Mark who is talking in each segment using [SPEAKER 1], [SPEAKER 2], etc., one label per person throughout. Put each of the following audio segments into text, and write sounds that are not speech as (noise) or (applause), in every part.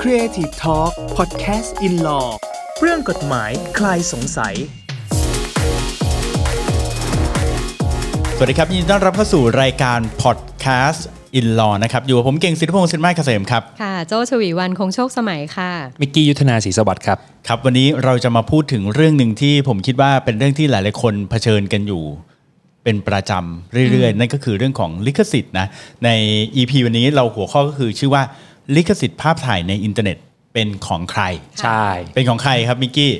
[SPEAKER 1] Creative Talk Podcast in Law เรื่องกฎหมายคลายสงสัย
[SPEAKER 2] สวัสดีครับยินดีต้อนรับเข้าสู่รายการพอดแคสต์อินลอนะครับ อยู่กับผมเก่งสิทธิพงศ์สินไม้เกษมครับ
[SPEAKER 3] ค่ะ โจชวีวันคงโชคสมัยค่ะ
[SPEAKER 4] มิกกี้ยุทธนาศรีสวัสดิ์ครับ
[SPEAKER 2] ครับ วันนี้เราจะมาพูดถึงเรื่องหนึ่งที่ผมคิดว่าเป็นเรื่องที่หลาย ๆ คนเผชิญกันอยู่ เป็นประจำเรื่อย ๆ นั่นก็คือเรื่องของลิขสิทธิ์นะ ใน EP วันนี้เราหัวข้อก็คือชื่อว่าลิขสิทธิ์ภาพถ่ายในอินเทอร์เน็ตเป็นของใคร
[SPEAKER 4] ใช่ (laughs)
[SPEAKER 2] เป็นของใครครับมิกกี้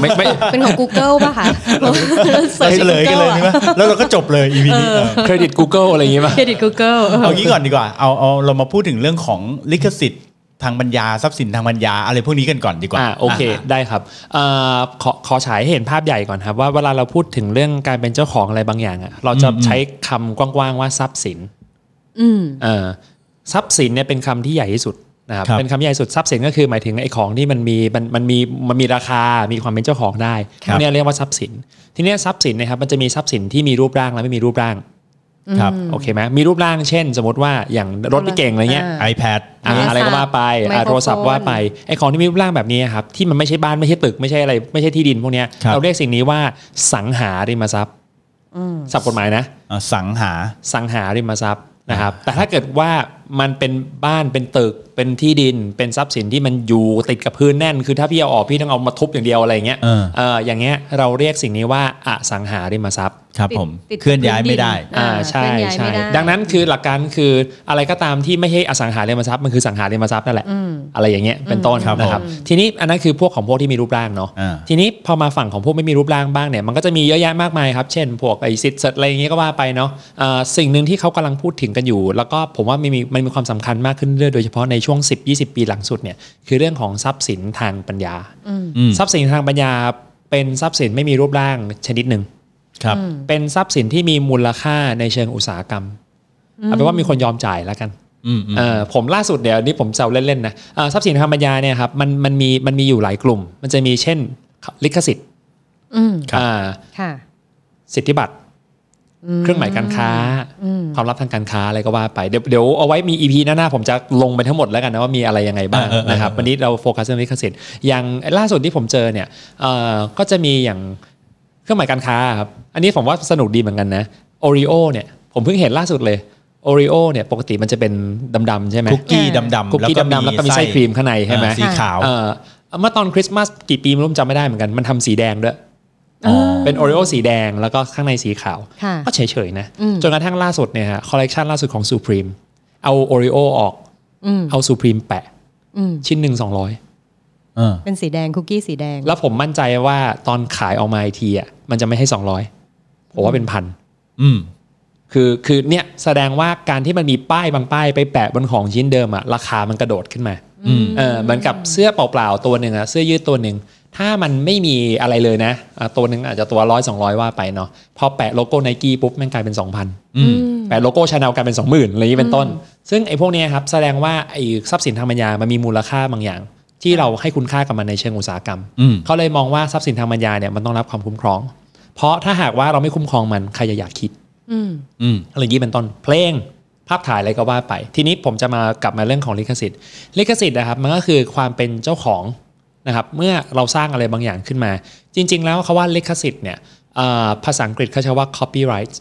[SPEAKER 4] ไม่ไม่
[SPEAKER 3] เป็นของ Google ป่ะ
[SPEAKER 4] (laughs)
[SPEAKER 3] คะ
[SPEAKER 2] เราเฉลยกันเลยใช่ไหมแล้วเราก็จบเลย EP นี้เออ
[SPEAKER 4] เครดิต Google อะไรอย่างงี้ป่ะ
[SPEAKER 3] เครดิต Google เออ
[SPEAKER 2] เอางี้ก่อนดีกว่า เอาเอาเรามาพูดถึงเรื่องของลิขสิทธิ์ทางปัญญาทรัพย์สินทางปัญญาอะไรพวกนี้กันก่อนดีกว่า
[SPEAKER 4] อ่าโอเค
[SPEAKER 2] า
[SPEAKER 4] ได้ครับเออขอขอฉายให้เห็นภาพใหญ่ก่อนครับว่าเวลาเราพูดถึงเรื่องการเป็นเจ้าของอะไรบางอย่างอะเราจะใช้คำกว้างๆว่าทรัพย์สิน
[SPEAKER 3] อืม
[SPEAKER 4] เออทรัพย์สินเนี่ยเป็นคำที่ใหญ่ที่สุดนะครับ
[SPEAKER 2] ครับ
[SPEAKER 4] เป็นคำที่ใหญ่สุดทรัพย์สินก็คือหมายถึงไอ้ของที่มันมีมันมันมีมันมีราคา มีความเป็นเจ้าของได้
[SPEAKER 2] ครับ
[SPEAKER 4] เนี่ยเรียกว่าทรัพย์สิน ทีเนี้ยทรัพย์สินเนะครับมันจะมีทรัพย์สินที่มีรูปร่างและไม่มีรูปร่าง
[SPEAKER 2] ครับ
[SPEAKER 4] โอเคไหมมีรูปร่างเช่น สมมติว่าอย่างรถพี่เก่งอะไรเงี้ย
[SPEAKER 3] อ่า
[SPEAKER 2] iPad
[SPEAKER 4] อ่ะ
[SPEAKER 3] โทรศัพท์
[SPEAKER 4] อะไรก็ว่าไปอ่ะ
[SPEAKER 3] ไมโครโฟน
[SPEAKER 4] โทรศัพท์ว่าไปไอ้ของที่มีรูปร่างแบบนี้ครับที่มันไม่ใช่บ้านไม่ใช่ตึกไม่ใช่อะไรไม่ใช่ที่ดินพวกเนี้ย
[SPEAKER 2] ครับ
[SPEAKER 4] เราเรียกสิ่งนี้ว่าสังหาริมทรัพย์
[SPEAKER 3] อืม
[SPEAKER 4] ศัพท์กฎหมายนะ
[SPEAKER 2] อ่าสังหา
[SPEAKER 4] สังหาริมทรัพย์นะครับ แต่ถ้าเกิดว่ามันเป็นบ้านเป็นตึกเป็นที่ดิน เป็นทรัพย์สินที่มันอยู่ติดกับพื้นแน่น คือถ้าพี่เอาออกพี่ต้องเอามาทุบอย่างเดียวอะไรอย่างเงี้ย
[SPEAKER 2] เออ
[SPEAKER 4] เอออย่างเงี้ยเราเรียกสิ่งนี้ว่าอสังหาริมทรัพย์
[SPEAKER 2] ครับ
[SPEAKER 3] ติด
[SPEAKER 2] ผม
[SPEAKER 3] ติด
[SPEAKER 2] เคลื่อนย้าย
[SPEAKER 3] พื้นดิน
[SPEAKER 2] ไม่ได้
[SPEAKER 4] อ่าใช่
[SPEAKER 3] เคลื่อนย้าย
[SPEAKER 4] ใช่
[SPEAKER 3] ไม่ได้
[SPEAKER 4] ดังนั้นคือหลักการคืออะไรก็ตามที่ไม่ใช่อสังหาริมทรัพย์มันคือสังหาริมทรัพย์นั่นแหละ
[SPEAKER 3] อืม
[SPEAKER 4] อะไรอย่างเงี้ยเป็นต้น
[SPEAKER 2] ครับ
[SPEAKER 4] นะครับ
[SPEAKER 2] ผม
[SPEAKER 4] ทีนี้อันนั้นคือพวกของพวกที่มีรูปร่างเนาะ
[SPEAKER 2] อ่า
[SPEAKER 4] ทีนี้พอมาฝั่งของพวกไม่มีรูปร่างบ้างเนี่ยมันก็จะมีเยอะแยะมากมายครับเช่น พวกไอซิทธิ์อะไรอย่างเงี้ยก็ว่าไปเนาะเอ่อสิ่งหนึ่งที่เขากำลังพูดถึงกันอยู่ แล้วก็ผมว่ามันมีมันมีความสำคัญมากขึ้นเรื่อยๆโดยเฉพาะในช่วง 10-20 ปีหลังสุดเนี่ยคือเรื่องของทรัพย์สินทางปัญญา
[SPEAKER 3] อืม
[SPEAKER 2] อืม
[SPEAKER 4] ทรัพย์สินทางปัญญาเป็นทรัพย์สินไม่มีรูปร่างชนิดหนึ่ง
[SPEAKER 2] ครับ
[SPEAKER 4] เป็นทรัพย์สินที่มีมูลค่าในเชิงอุตสาหกรรมเอาเป็นว่ามีคนยอมจ่ายแล้วกัน
[SPEAKER 2] อืมอืม
[SPEAKER 4] เออผมล่าสุดเดี๋ยวนี้ผมแซวเล่นๆนะเอ่อทรัพย์สินทางปัญญาเนี่ยครับมันมันมีมันมีอยู่หลายกลุ่ม มันจะมีเช่นลิขสิทธิ์
[SPEAKER 3] อืม
[SPEAKER 2] ครับ
[SPEAKER 4] อ่า
[SPEAKER 3] ค่ะ
[SPEAKER 4] สิทธิบัตร เครื่องหมายการค้า
[SPEAKER 3] อืม
[SPEAKER 4] ความลับทางการค้าอะไรก็ว่าไปเดี๋ยวเดี๋ยวเอาไว้มี EP หน้าๆผมจะลงไปทั้งหมดแล้วกันนะว่ามีอะไรยังไงบ้าง
[SPEAKER 2] เออเออเออ
[SPEAKER 4] นะครับวันนี้เราโฟกัสเรื่องลิขสิทธิ์อย่างล่าสุดที่ผมเจอเนี่ยเอ่อก็จะมีอย่างเครื่องหมายการค้าครับอันนี้ผมว่าสนุกดีเหมือนกันนะโอริโอเนี่ยผมเพิ่งเห็นล่าสุดเลยโอริโอเนี่ยปกติมันจะเป็นดำๆใช่ไหม
[SPEAKER 2] คุกกี้
[SPEAKER 3] อ่า
[SPEAKER 2] ดำๆ
[SPEAKER 4] คุกกี้ดำๆแล้วก็มีไส้ครีมข้างในใช่ไหม
[SPEAKER 2] อ่าสีขาว
[SPEAKER 4] เอ่อเมื่อตอนคริสต์มาสกี่ปีไม่รู้จำไม่ได้เหมือนกันมันทำสีแดงด้วย
[SPEAKER 2] อ๋อ
[SPEAKER 4] เป็นโอริโอสีแดงแล้วก็ข้างในสีขาว
[SPEAKER 3] ค่ะ
[SPEAKER 4] ก็เฉยๆนะ
[SPEAKER 3] อืม
[SPEAKER 4] จนกระทั่งล่าสุดเนี่ยฮะคอลเลกชันล่าสุดของ Supreme เอา Oreo ออก
[SPEAKER 3] อืม
[SPEAKER 4] เอา Supreme แปะ
[SPEAKER 3] อืม
[SPEAKER 4] ชิ้นหนึ่งสองร้อย
[SPEAKER 2] เออ
[SPEAKER 3] เป็นสีแดงคุกกี้สีแดง
[SPEAKER 4] แล้วผมมั่นใจว่าตอนขายออกมาอีกทีอ่ะมันจะไม่ให้สองร้อยผมว่าเป็นพัน
[SPEAKER 2] อืม
[SPEAKER 4] คือคือเนี่ยแสดงว่าการที่มันมีป้ายบางป้ายไปแปะบนของชิ้นเดิมอ่ะราคามันกระโดดขึ้นมา
[SPEAKER 2] อืม
[SPEAKER 4] เออเหมือนกับเสื้อเปล่าๆตัวหนึ่งอะเสื้อยืดตัวหนึ่งถ้ามันไม่มีอะไรเลยนะอ่ะตัวหนึ่งอาจจะตัวร้อยสองร้อยว่าไปเนาะพอแปะโลโก้ไนกี้ปุ๊บมันกลายเป็นสองพัน
[SPEAKER 2] อืม
[SPEAKER 4] แปะโลโก้ชาแนลกลายเป็นสองหมื่นอะไรอย่างนี้เป็นต้น ซึ่งไอ้พวกเนี้ยครับแสดงว่าไอ้ทรัพย์สินทางปัญญามันมีมูลค่าบางอย่าง ที่เราให้คุณค่ากับมันในเชิงอุตสาหกรรม
[SPEAKER 2] อืม
[SPEAKER 4] เขาเลยมองว่าทรัพย์สินทางปัญญาเนี่ยมันต้องรับความคุ้มครอง เพราะถ้าหากว่าเราไม่คุ้มครองมันใครจะอยากคิด
[SPEAKER 3] อืม
[SPEAKER 2] อืม
[SPEAKER 4] อะไรอย่างนี้เป็นต้น เพลงภาพถ่ายอะไรก็ว่าไป ทีนี้ผมจะมากลับมาเรื่องของลิขสิทธิ์ ลิขสิทธิ์นะครับมันก็คือความเป็นเจ้าของนะครับเมื่อเราสร้างอะไรบางอย่างขึ้นมา จริง ๆ แล้วเขาว่าลิขสิทธิ์เนี่ยเอ่อภาษาอังกฤษเขาใช้ว่า copyright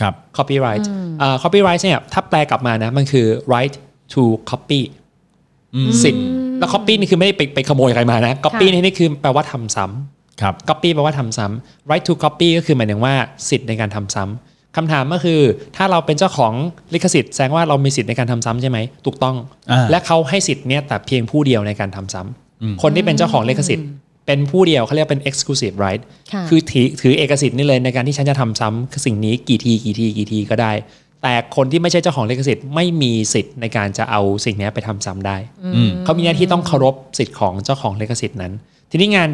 [SPEAKER 2] ครับ
[SPEAKER 4] copyright เอ่อ copyright เนี่ยถ้าแปลกลับมานะ มันคือ right to copy
[SPEAKER 2] อืม
[SPEAKER 4] สิทธิ์แล้ว copy นี่คือไม่ได้ไปไปขโมยใครมานะ copy
[SPEAKER 3] ค่ะ
[SPEAKER 4] นี่นี่คือแปลว่าทำซ้ำ
[SPEAKER 2] ครับ
[SPEAKER 4] copy แปลว่าทำซ้ำ right to copy ก็คือหมายถึงว่าสิทธิ์ในการทำซ้ำคำถามก็คือ ถ้าเราเป็นเจ้าของลิขสิทธิ์แสดงว่าเรามีสิทธิ์ในการทำซ้ำใช่ไหมถูกต้อง
[SPEAKER 2] อ่า
[SPEAKER 4] และเขาให้สิทธิ์เนี่ยแต่เพียงผู้เดียวในการทำซ้ำ
[SPEAKER 2] อืม
[SPEAKER 4] คนที่เป็นเจ้าของลิขสิทธิ์ เป็นผู้เดียวเขาเรียกเป็น exclusive right
[SPEAKER 3] ค่ะ
[SPEAKER 4] คือถือถือเอกสิทธิ์นี่เลยในการที่ฉันจะทำซ้ำสิ่งนี้กี่ทีกี่ทีกี่ทีก็ได้ แต่คนที่ไม่ใช่เจ้าของลิขสิทธิ์ไม่มีสิทธิ์ในการจะเอาสิ่งนี้ไปทำซ้ำได้
[SPEAKER 2] อืม
[SPEAKER 4] เขามีหน้าที่ต้องเคารพสิทธิ์ของเจ้าของลิขสิทธิ์นั้น ทีนี้งาน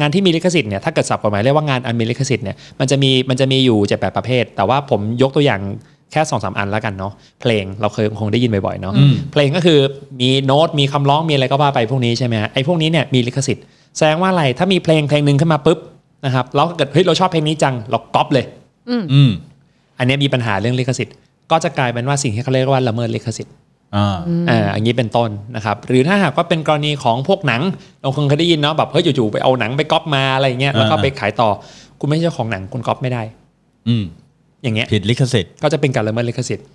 [SPEAKER 4] งานที่มีลิขสิทธิ์เนี่ยถ้าเกิดสับกฎหมายเรียกว่างานอันมีลิขสิทธิ์เนี่ยมันจะมีมันจะมีอยู่เจ็ดแปดประเภท แต่ว่าผมยกตัวอย่างแค่สองสามอันแล้วกันเนาะเพลงเราเคยคงได้ยินบ่อยๆเนาะ
[SPEAKER 2] อืม
[SPEAKER 4] เพลงก็คือมีโน้ตมีคำร้องมีอะไรก็ว่าไปพวกนี้ใช่ไหมฮะไอ้พวกนี้เนี่ยมีลิขสิทธิ์แสดงว่าอะไรถ้ามีเพลงเพลงหนึ่งขึ้นมาปุ๊บนะครับแล้วเกิดเฮ้ยเราชอบเพลงนี้จังเราก๊อปเลย
[SPEAKER 2] อืม
[SPEAKER 4] อันเนี้ยมีปัญหาเรื่องลิขสิทธิ์ ก็จะกลายเป็นว่าสิ่งที่เขาเรียกว่าละเมิดลิขสิทธิ์
[SPEAKER 2] อ่า
[SPEAKER 4] อ่าอย่างนี้เป็นต้นนะครับหรือถ้าหากว่าเป็นกรณีของพวกหนังเราคงเคยได้ยินเนาะแบบเฮ้ยอยู่ๆไปเอาหนังไปก๊อปมาอะไรอย่างเงี้ยแล้วก็
[SPEAKER 2] อ่า
[SPEAKER 4] ไปขายต่อคุณไม่ใช่เจ้าของหนังคุณก๊อปไม่ได้
[SPEAKER 2] อืม
[SPEAKER 4] อย่างเงี้ย
[SPEAKER 2] ผิดลิขสิทธิ์
[SPEAKER 4] ก็จะเป็นการละเมิดลิขสิทธิ์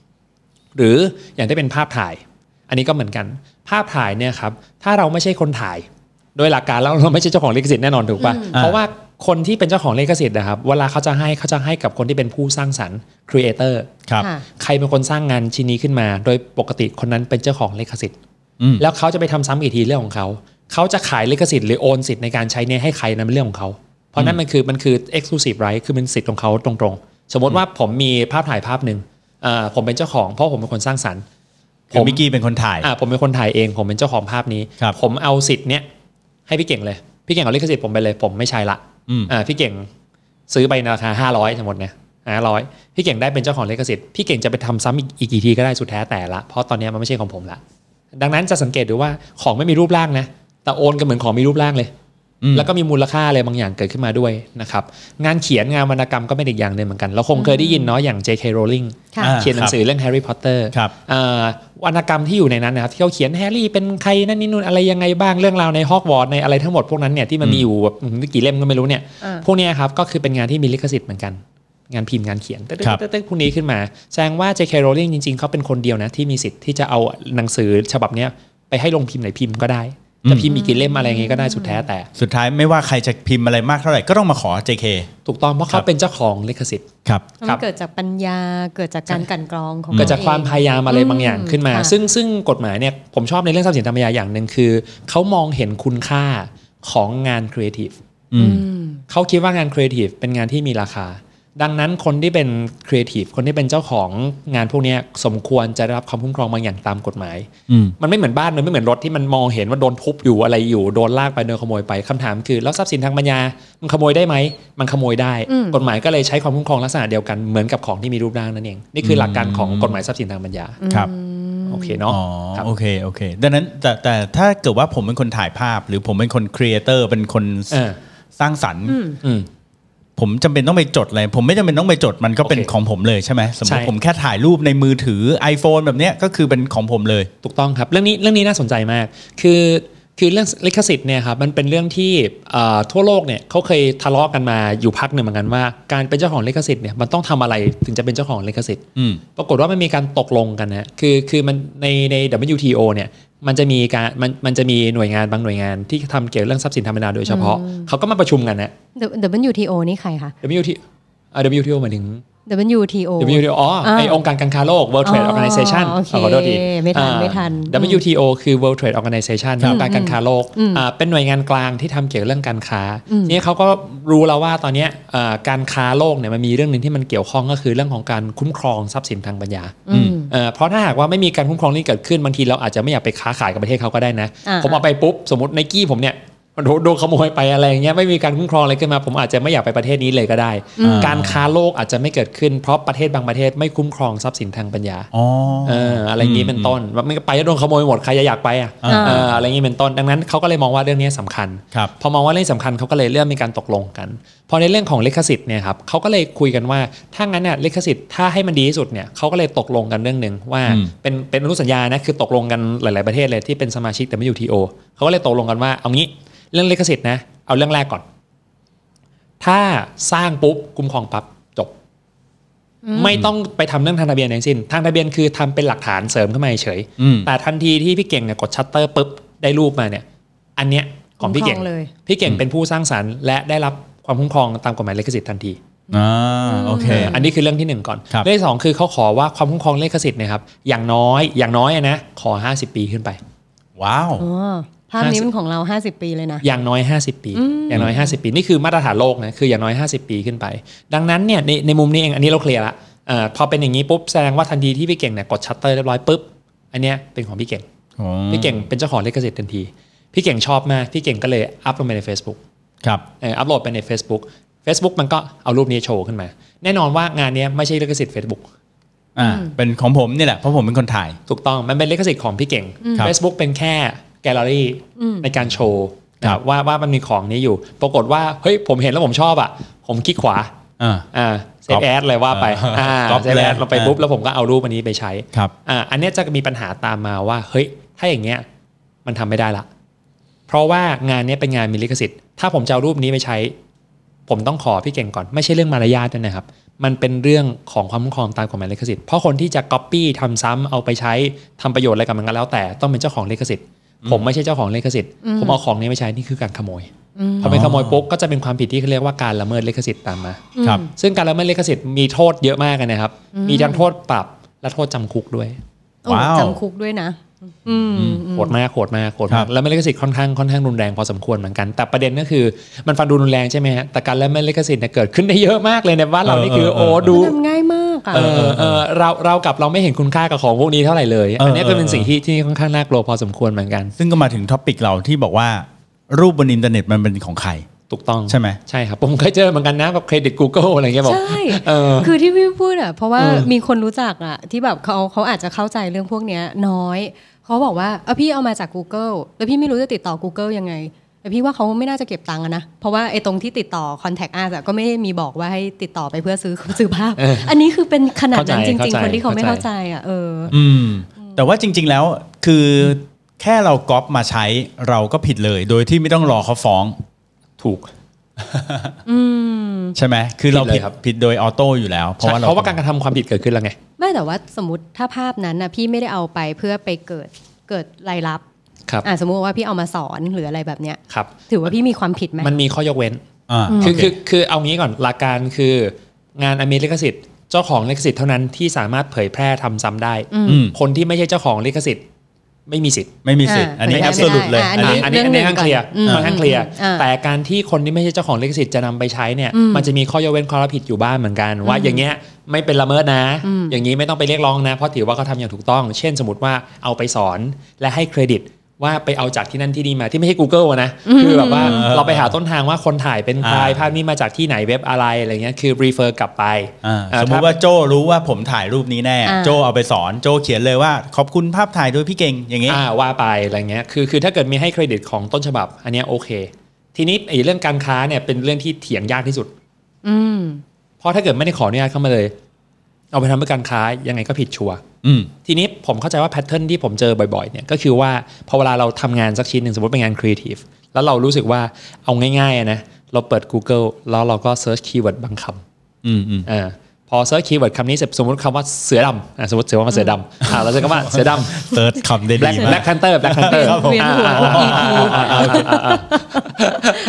[SPEAKER 4] หรืออย่างที่เป็นภาพถ่าย อันนี้ก็เหมือนกัน ภาพถ่ายเนี่ยครับถ้าเราไม่ใช่คนถ่าย โดยหลักการแล้วเราไม่ใช่เจ้าของลิขสิทธิ์แน่นอนถูกปะ
[SPEAKER 2] อ่า
[SPEAKER 4] เพราะว่าคนที่เป็นเจ้าของลิขสิทธิ์นะครับเวลาเขาจะให้เขาจะให้กับคนที่เป็นผู้สร้างสรรค์ครีเอเตอร์
[SPEAKER 2] ครับ
[SPEAKER 3] ค่ะ
[SPEAKER 4] ใครเป็นคนสร้างงานชิ้นนี้ขึ้นมา โดยปกติคนนั้นเป็นเจ้าของลิขสิทธิ์
[SPEAKER 2] อืม
[SPEAKER 4] แล้วเขาจะไปทำซ้ำอีกทีเรื่องของเขา เขาจะขายลิขสิทธิ์หรือโอนสิทธิ์ในการใช้เนี่ยให้ใครนั้นเป็นเรื่องของเขา เพราะนั่นมันคือมันคือ exclusive right คือเป็นสิทธิ์ของเขาตรงๆ สมมติว่าผมมีภาพถ่ายภาพหนึ่งเอ่อผมเป็นเจ้าของเพราะผมเป็นคนสร้างสรรค์ ผ
[SPEAKER 2] คือ
[SPEAKER 4] ม
[SPEAKER 2] มิกกี้เป็นคนถ่าย
[SPEAKER 4] อ่าผมเป็นคนถ่ายเอง ผมเป็นเจ้าของภาพนี้
[SPEAKER 2] ครับ
[SPEAKER 4] ผมเอาสิทธิ์เนี่ยให้พี่เก่งเลย พี่เก่งเอาลิขสิทธิ์ผมไปเลย ผมไม่ใช้ละ
[SPEAKER 2] อืม
[SPEAKER 4] อ่าพี่เก่งซื้อไปในราคา 500 ทั้งหมดเนี่ย500 พี่เก่งได้เป็นเจ้าของลิขสิทธิ์พี่เก่งจะไปทำซ้ำอีกอีกกี่ทีก็ได้สุดแท้แต่ละ เพราะตอนเนี้ยมันไม่ใช่ของผมละ ดังนั้นจะสังเกตดูว่าของไม่มีรูปร่างนะ แต่โอนกันเหมือนของมีรูปร่างเลย
[SPEAKER 2] อืม
[SPEAKER 4] แล้วก็มีมูลค่าอะไรบางอย่างเกิดขึ้นมาด้วยนะครับงานเขียนงานวรรณกรรมก็เป็นอีกอย่างหนึ่งเหมือนกัน เราคงเคยได้ยินเนาะอย่าง J.K. Rowling
[SPEAKER 3] ค่ะ
[SPEAKER 2] อ่า
[SPEAKER 4] เขียนหนังสือเรื่องแฮร์รี่พอตเตอร์
[SPEAKER 2] ครับ
[SPEAKER 4] วรรณกรรมที่อยู่ในนั้นนะครับที่เขาเขียนแฮร์รี่เป็นใครนั่นนี่นู่นอะไรยังไงบ้างเรื่องราวในฮอกวอตส์ในอะไรทั้งหมดพวกนั้นเนี่ยที่มันมีอยู่แบบอืมกี่เล่มก็ไม่รู้เนี่ย
[SPEAKER 3] อ่า
[SPEAKER 4] พวกเนี้ยครับก็คือเป็นงานที่มีลิขสิทธิ์เหมือนกัน งานพิมพ์งานเขียนเต๊
[SPEAKER 2] ครับ
[SPEAKER 4] กๆๆๆพวกนี้ขึ้นมา แสดงว่า J.K. Rowling จริงๆเขาเป็นคนเดียวนะที่มีสิทธิ์ที่จะเอาหนังสือฉบับเนี้ยไปให้ลงพิมพ์ไหนพิมพ์ก็ได้จะพิมพ์อีกกี่เล่มอะไรอย่างเงี้ยก็ได้สุดแท้แต่
[SPEAKER 2] สุดท้ายไม่ว่าใครจะพิมพ์อะไรมากเท่าไหร่ก็ต้องมาขอ JK
[SPEAKER 4] ถูกต้องเพราะเขาเป็นเจ้าของลิขสิทธิ์
[SPEAKER 2] ครับ
[SPEAKER 4] ครั
[SPEAKER 3] มั
[SPEAKER 4] บ
[SPEAKER 3] นเกิดจากปัญญาเกิดจากการกลันกรองของ
[SPEAKER 4] เกิดจากความ
[SPEAKER 3] ตัเอง
[SPEAKER 4] พยายามอะไรบางอย่างขึ้นมา
[SPEAKER 3] อืมค่ะ
[SPEAKER 4] ซึ่งซึ่งกฎหมายเนี่ยผมชอบในเรื่องทรัพย์สินทางปัญญาอย่างหนึ่งคือ เขามองเห็นคุณค่าของงานครีเอทีฟ
[SPEAKER 2] อืม
[SPEAKER 4] เขาคิดว่างานครีเอทีฟเป็นงานที่มีราคา ดังนั้นคนที่เป็นครีเอทีฟคนที่เป็นเจ้าของงานพวกเนี้ยสมควรจะได้รับความคุ้มครองบางอย่างตามกฎหมาย
[SPEAKER 2] อืม
[SPEAKER 4] มันไม่เหมือนบ้านมันไม่เหมือนรถที่มันมองเห็นว่าโดนทุบอยู่อะไรอยู่โดนลากไปโดนขโมยไปคำถามคือแล้วทรัพย์สินทางปัญญามันขโมยได้ไหมมันขโมยได้
[SPEAKER 3] อืม
[SPEAKER 4] กฎหมายก็เลยใช้ความคุ้มครองลักษณะเดียวกันเหมือนกับของที่มีรูปร่างนั่นเองนี่คือหลักการของกฎหมายทรัพย์สินทางปัญญา
[SPEAKER 2] ครับ
[SPEAKER 4] โอเคเนาะ
[SPEAKER 2] อ๋อ
[SPEAKER 4] ครับ
[SPEAKER 2] โอเคโอเค ดังนั้นแต่แต่ถ้าเกิดว่าผมเป็นคนถ่ายภาพ หรือผมเป็นคนครีเอเตอร์เป็นคน
[SPEAKER 4] เออ
[SPEAKER 2] สร้างสรรค์
[SPEAKER 4] อืม
[SPEAKER 2] ผมจำเป็นต้องไปจดอะไรผมไม่จำเป็นต้องไปจดมันก็เป็น
[SPEAKER 4] โอเค
[SPEAKER 2] ของผมเลยใช่ไหมสมมติ
[SPEAKER 4] ใช่
[SPEAKER 2] ผมแค่ถ่ายรูปในมือถือ iPhone แบบเนี้ยก็คือเป็นของผมเลย
[SPEAKER 4] ถูกต้องครับ เรื่องนี้เรื่องนี้น่าสนใจมาก คือคือเรื่องลิขสิทธิ์เนี่ยครับมันเป็นเรื่องที่เอ่อทั่วโลกเนี่ยเขาเคยทะเลาะกันมาอยู่พักหนึ่งเหมือนกันว่า การเป็นเจ้าของลิขสิทธิ์เนี่ยมันต้องทำอะไรถึงจะเป็นเจ้าของลิขสิทธิ์
[SPEAKER 2] อืม
[SPEAKER 4] ปรากฏว่ามันมีการตกลงกันนะ คือคือมันในใน WTO เนี่ยมันจะมีการมันมันจะมีหน่วยงานบางหน่วยงานที่ทำเกี่ยวเรื่องทรัพย์สินธรรมดาโดยเฉพาะเขาก็มาประชุมกันนะ
[SPEAKER 3] เดี๋ยวมันยูทีโอนี่ใครคะ
[SPEAKER 4] WTO อ่า WTO หมายถึง
[SPEAKER 3] เดี๋ยวมันยูทีโอ
[SPEAKER 4] WTO อ๋ออา ไอองค์การการค้าโลก World Trade Organization
[SPEAKER 3] อ๋อโอเค
[SPEAKER 4] ขอโทษที
[SPEAKER 3] ไม่ทัน
[SPEAKER 4] อ่า
[SPEAKER 3] ไม่ทัน
[SPEAKER 4] WTO คือ World Trade Organization
[SPEAKER 2] ครับ
[SPEAKER 4] องค์การการค้าโลก
[SPEAKER 3] อืม
[SPEAKER 4] อ่าเป็นหน่วยงานกลางที่ทำเกี่ยวเรื่องการค้า
[SPEAKER 3] อืม
[SPEAKER 4] ทีนี่เขาก็รู้แล้วว่าตอนเนี้ยอ่าการค้าโลกเนี่ยมันมีเรื่องหนึ่งที่มันเกี่ยวข้องก็คือเรื่องของการคุ้มครองทรัพย์สินทางปัญญา
[SPEAKER 3] อืม
[SPEAKER 4] เอ่อเพราะถ้าหากว่าไม่มีการคุ้มครองนี่เกิดขึ้นบางทีเราอาจจะไม่อยากไปค้าขายกับประเทศเขาก็ได้นะ
[SPEAKER 3] อ่า
[SPEAKER 4] ผมเอาไปปุ๊บสมมติไนกี้ผมเนี่ยมันโดนโดนขโมยไปอะไรอย่างเงี้ยไม่มีการคุ้มครองอะไรขึ้นมา ผมอาจจะไม่อยากไปประเทศนี้เลยก็ได้
[SPEAKER 2] อืม
[SPEAKER 4] การค้าโลกอาจจะไม่เกิดขึ้นเพราะประเทศบางประเทศไม่คุ้มครองทรัพย์สินทางปัญญา
[SPEAKER 2] อ๋อ
[SPEAKER 4] เอออะไรอย่างนี้เป็นต้นว่าไม่ไปแล้วโดนขโมยหมดใครจะอยากไปอ่ะ
[SPEAKER 2] อ่า
[SPEAKER 4] เอออะไรอย่างนี้เป็นต้น ดังนั้นเขาก็เลยมองว่าเรื่องนี้สำคัญ
[SPEAKER 2] ครับ
[SPEAKER 4] พอมองว่าเรื่องสำคัญเขาก็เลยเริ่มมีการตกลงกันพอในเรื่องของลิขสิทธิ์เนี่ยครับเขาก็เลยคุยกันว่าถ้างั้นเนี่ยลิขสิทธิ์ถ้าให้มันดีที่สุดเนี่ยเขาก็เลยตกลงกันเรื่องหนึ่งว่า
[SPEAKER 2] อืม
[SPEAKER 4] เป็นเป็นอนุสัญญานะคือตกลงกันหลาย ๆประเทศเลยที่เป็นสมาชิกแต่ไม่อยู่ทีโอเขาก็เลยตกลงกันว่าเอางี้เรื่องลิขสิทธิ์นะเอาเรื่องแรกก่อน ถ้าสร้างปุ๊บคุ้มครองปั๊บจบ ไม่ต้องไปทำเรื่องทางทะเบียนทั้งสิ้นทางทะเบียนคือทำเป็นหลักฐานเสริมขึ้นมาเฉยๆ
[SPEAKER 2] อืม
[SPEAKER 4] แต่ทันทีที่พี่เก่งเนี่ยกดชัตเตอร์ปุ๊บได้รูปมาเนี่ย อันเนี้ยของพี่เก่ง
[SPEAKER 3] คุ้มครองเลย
[SPEAKER 4] พี่เก่งเป็นผู้สร้างสรรค์และได้รับความคุ้มครองตามกฎหมายลิขสิทธิ์ทันที
[SPEAKER 2] อ่าโอเค
[SPEAKER 4] เอออันนี้คือเรื่องที่หนึ่งก่อน
[SPEAKER 2] ครับ
[SPEAKER 4] เรื่องที่สองคือเขาขอว่าความคุ้มครองลิขสิทธิ์เนะครับอย่างน้อยอย่างน้อยอะนะขอ 50 ปีขึ้นไป
[SPEAKER 2] ว้าว
[SPEAKER 3] อ๋อภาพนี้มันของเรา 50 ปีเลยนะ
[SPEAKER 4] อย่างน้อย 50 ปี อย่างน้อย 50 ปีนี่คือมาตรฐานโลกนะคืออย่างน้อย 50 ปีขึ้นไป ดังนั้นเนี่ยในในมุมนี้เองอันนี้เราเคลียร์ละเอ่อพอเป็นอย่างนี้ปุ๊บแสดงว่าทันทีที่พี่เก่งเนี่ยกดชัตเตอร์เรียบร้อยปุ๊บอันเนี้ยเป็นของพี่เก่ง
[SPEAKER 2] อ๋อ
[SPEAKER 4] พี่เก่งเป็นเจ้าของลิขสิทธิ์ทันที พี่เก่งชอบมากพี่เก่งก็เลยอัพลงไปใน Facebook
[SPEAKER 2] ครับ
[SPEAKER 4] เอ่ออัพโหลดไปใน Facebook Facebook มันก็เอารูปนี้โชว์ขึ้นมา แน่นอนว่างานเนี้ยไม่ใช่ลิขสิทธิ์ Facebook
[SPEAKER 2] อ่า เป็นของผมนี่แหละเพราะผมเป็นคนถ่าย
[SPEAKER 4] ถูกต้องมันเป็นลิขสิทธิ์ของพี่เก่ง
[SPEAKER 2] ครับ
[SPEAKER 4] Facebook เป็นแค่แกลเลอรี่ในการโชว์นะครับ ว่าว่ามันมีของนี้อยู่ ปรากฏว่าเฮ้ยผมเห็นแล้วผมชอบอ่ะ ผมคลิกขวา
[SPEAKER 2] อ่า
[SPEAKER 4] อ่า เซตแอดเลยว่าไป
[SPEAKER 2] อ่า
[SPEAKER 4] อ่า
[SPEAKER 2] ก๊อป
[SPEAKER 4] เซตแอด
[SPEAKER 2] เลย
[SPEAKER 4] ลงไปปุ๊บ
[SPEAKER 2] อ่า
[SPEAKER 4] แล้วผมก็เอารูปอันนี้ไปใช้
[SPEAKER 2] ครับ
[SPEAKER 4] อ่าอันเนี้ยจะมีปัญหาตามมาว่าเฮ้ยถ้าอย่างเงี้ยมันทำไม่ได้ละ เพราะว่างานเนี้ยเป็นงานมีลิขสิทธิ์ ถ้าผมจะเอารูปนี้ไปใช้ ผมต้องขอพี่เก่งก่อนไม่ใช่เรื่องมารยาทด้วยนะครับ มันเป็นเรื่องของความคุ้มครองตามกฎหมายลิขสิทธิ์เพราะคนที่จะก๊อปปี้ทำซ้ำเอาไปใช้ทำประโยชน์อะไรกับมันก็แล้วแต่ต้องเป็นเจ้าของลิขสิทธิ์ ผมไม่ใช่เจ้าของลิขสิทธิ์
[SPEAKER 3] อืม
[SPEAKER 4] ผมเอาของนี้ไปใช้นี่คือการขโมย
[SPEAKER 3] อืม
[SPEAKER 4] พอเป็นขโมยปุ๊บก็จะเป็นความผิดที่เขาเรียกว่าการละเมิดลิขสิทธิ์ตามมา
[SPEAKER 2] ครับ
[SPEAKER 4] ซึ่งการละเมิดลิขสิทธิ์มีโทษเยอะมากนะครับ มีทั้งโทษปรับและโทษจำคุกด้วย
[SPEAKER 3] โอ้
[SPEAKER 2] ว้าว
[SPEAKER 3] จำคุกด้วยนะ อืมอืม
[SPEAKER 4] โหดมากโหดมากโหด
[SPEAKER 2] ครั
[SPEAKER 4] มาก
[SPEAKER 2] บ
[SPEAKER 4] แล้วแม่ลิขสิทธิ์ค่อนข้างค่อนข้างรุนแรงพอสมควรเหมือนกัน แต่ประเด็นก็คือมันฟังดูรุนแรงใช่ไหมฮะแต่การละเมิดลิขสิทธิ์เนี่ยเกิดขึ้นได้เยอะมากเลยในบ้านเรานี่คือโอ้ดู
[SPEAKER 3] ทำง่ายมากอ่ะ
[SPEAKER 4] เออเออเราเรากับเราไม่เห็นคุณค่ากับของพวกนี้เท่าไหร่เลย อันนี้ก็เป็นสิ่งที่ที่ค่อนข้างน่ากลัวพอสมควรเหมือนกัน
[SPEAKER 2] ซึ่งก็มาถึงท็อปิกเราที่บอกว่ารูปบนอินเทอร์เน็ตมันเป็นของใคร
[SPEAKER 4] ถูกต้อง
[SPEAKER 2] ใช่ไหม
[SPEAKER 4] ใช่ครับผมเคยเจอเหมือนกันนะแบบเครดิต Google อะไรเงี้ยบอก
[SPEAKER 3] ใช่
[SPEAKER 4] เออ
[SPEAKER 3] คือที่พี่พูดอ่ะ เพราะว่า
[SPEAKER 4] เออ
[SPEAKER 3] มีคนรู้จักอ่ะ ที่แบบเขาเขาอาจจะเข้าใจเรื่องพวกเนี้ยน้อย เขาบอกว่าเออพี่เอามาจาก Google แล้วพี่ไม่รู้จะติดต่อ Google ยังไงแต่พี่ว่าเขาไม่น่าจะเก็บตังค์อะนะ เพราะว่าไอ้ตรงที่ติดต่อ Contact Us อะก็ไม่ได้มีบอกว่าให้ติดต่อไปเพื่อซื้อ (laughs) ซื้อภาพ อันนี้คือเป็นขนาดนั้นจริง ๆ คนที่เขาไม่เข้าใจอ่ะเออ
[SPEAKER 2] อืมแต่ว่าจริง ๆแล้วคือแค่เราก๊อปมาใช้เราก็ผิดเลย โดยที่ไม่ต้องรอเขาฟ้อง
[SPEAKER 4] ถูก
[SPEAKER 2] ใช่ไหมคือเราผิด
[SPEAKER 4] ผิดเลยครับ
[SPEAKER 2] ผิดโดยออโต้อยู่แล้ว เพราะว่า
[SPEAKER 4] เพราะว่า
[SPEAKER 2] เรา
[SPEAKER 4] การกระทำความผิดเกิดขึ้นแล้วไง
[SPEAKER 3] ไม่แต่ว่าสมมติถ้าภาพนั้นนะพี่ไม่ได้เอาไปเพื่อไปเกิดเกิดรายรับ
[SPEAKER 4] ครับ
[SPEAKER 3] อ่ะสมมติว่าพี่เอามาสอนหรืออะไรแบบเนี้ย
[SPEAKER 4] ครับ
[SPEAKER 3] ถือว่าพี่มีความผิดไหม
[SPEAKER 4] มันมีข้อยกเว้น
[SPEAKER 2] อ่า
[SPEAKER 4] คือ
[SPEAKER 2] โเ
[SPEAKER 4] คือคือเอางี้ก่อนหลักการคืองานอเมริกสิทธิ์เจ้าของลิขสิทธิ์เท่านั้นที่สามารถเผยแพร่ทำซ้ำได้
[SPEAKER 2] อืม
[SPEAKER 4] คนที่ไม่ใช่เจ้าของลิขสิทธิ์ไม่มีสิทธิ์
[SPEAKER 2] ไม่มีสิทธิ์
[SPEAKER 3] อ่า
[SPEAKER 2] อันนี้
[SPEAKER 3] ไม่
[SPEAKER 2] แอ
[SPEAKER 3] ได้
[SPEAKER 2] บสูตเลย
[SPEAKER 3] อ่า
[SPEAKER 4] อันนี้อันนี้อันนี้ข้างเคลียร์
[SPEAKER 3] อืม
[SPEAKER 4] ค่อนข้างเคลียร์
[SPEAKER 3] อืม
[SPEAKER 4] แต่การที่คนที่ไม่ใช่เจ้าของลิขสิทธิ์จะนำไปใช้เนี่ย
[SPEAKER 3] อืม
[SPEAKER 4] มันจะมีข้อยกเว้นความรับผิดอยู่บ้างเหมือนกัน ว่าอย่างเงี้ยไม่เป็นละเมิดนะ
[SPEAKER 3] อืม
[SPEAKER 4] อย่างนี้ไม่ต้องไปเรียกร้องนะเพราะถือว่าเขาทำอย่างถูกต้อง เช่นสมมติว่าเอาไปสอนและให้เครดิตว่าไปเอาจากที่นั่นที่นี่มาที่ไม่ใช่ Google อะนะคือแบบว่าเราไปหาต้นทางว่าคนถ่ายเป็นใคร
[SPEAKER 2] อ่า
[SPEAKER 4] ภาพนี้มาจากที่ไหนเว็บอะไรอะไรเงี้ยคือ refer กลับไป
[SPEAKER 2] อ่า
[SPEAKER 4] เอ่อ
[SPEAKER 2] สมมติว่าโจรู้ว่าผมถ่ายรูปนี้แน่
[SPEAKER 3] อ่า
[SPEAKER 2] โจเอาไปสอนโจเขียนเลยว่า ขอบคุณภาพถ่ายโดยพี่เก่งอย่างงี้
[SPEAKER 4] อ่าว่าไปอะไรเงี้ยคือคือถ้าเกิดมีให้เครดิตของต้นฉบับ อันเนี้ยโอเค ทีนี้ไอ้เรื่องการค้าเนี่ยเป็นเรื่องที่เถียงยากที่สุด
[SPEAKER 3] อืม
[SPEAKER 4] เพราะถ้าเกิดไม่ได้ขออนุญาตเข้ามาเลย เอาไปทำเพื่อการค้ายังไงก็ผิดชัวร์
[SPEAKER 2] อืม
[SPEAKER 4] ทีนี้ผมเข้าใจว่าแพทเทิร์นที่ผมเจอบ่อยๆเนี่ยก็คือว่าพอเวลาเราทำงานสักชิ้นหนึ่งสมมติเป็นงานครีเอทีฟแล้วเรารู้สึกว่าเอาง่ายๆอะนะเราเปิด Google แล้วเราก็เซิร์ชคีย์เวิร์ดบางค
[SPEAKER 2] อืมอืม
[SPEAKER 4] ำอ่าพอเซิร์ชคีย์เวิร์ดคำนี้เสร็จสมมติคำว่าเสือดำอ่าสมมติเสือว่าเสือดำอ่าเราจะคำว่าเสือดำ
[SPEAKER 2] เติร์ดคำได้
[SPEAKER 4] แบล็ค
[SPEAKER 2] ดี
[SPEAKER 4] แบล็
[SPEAKER 2] มาก
[SPEAKER 4] คฮันเตอร์แบล็คฮันเตอร์
[SPEAKER 2] ครับผม
[SPEAKER 3] เวียนหัวทุก EP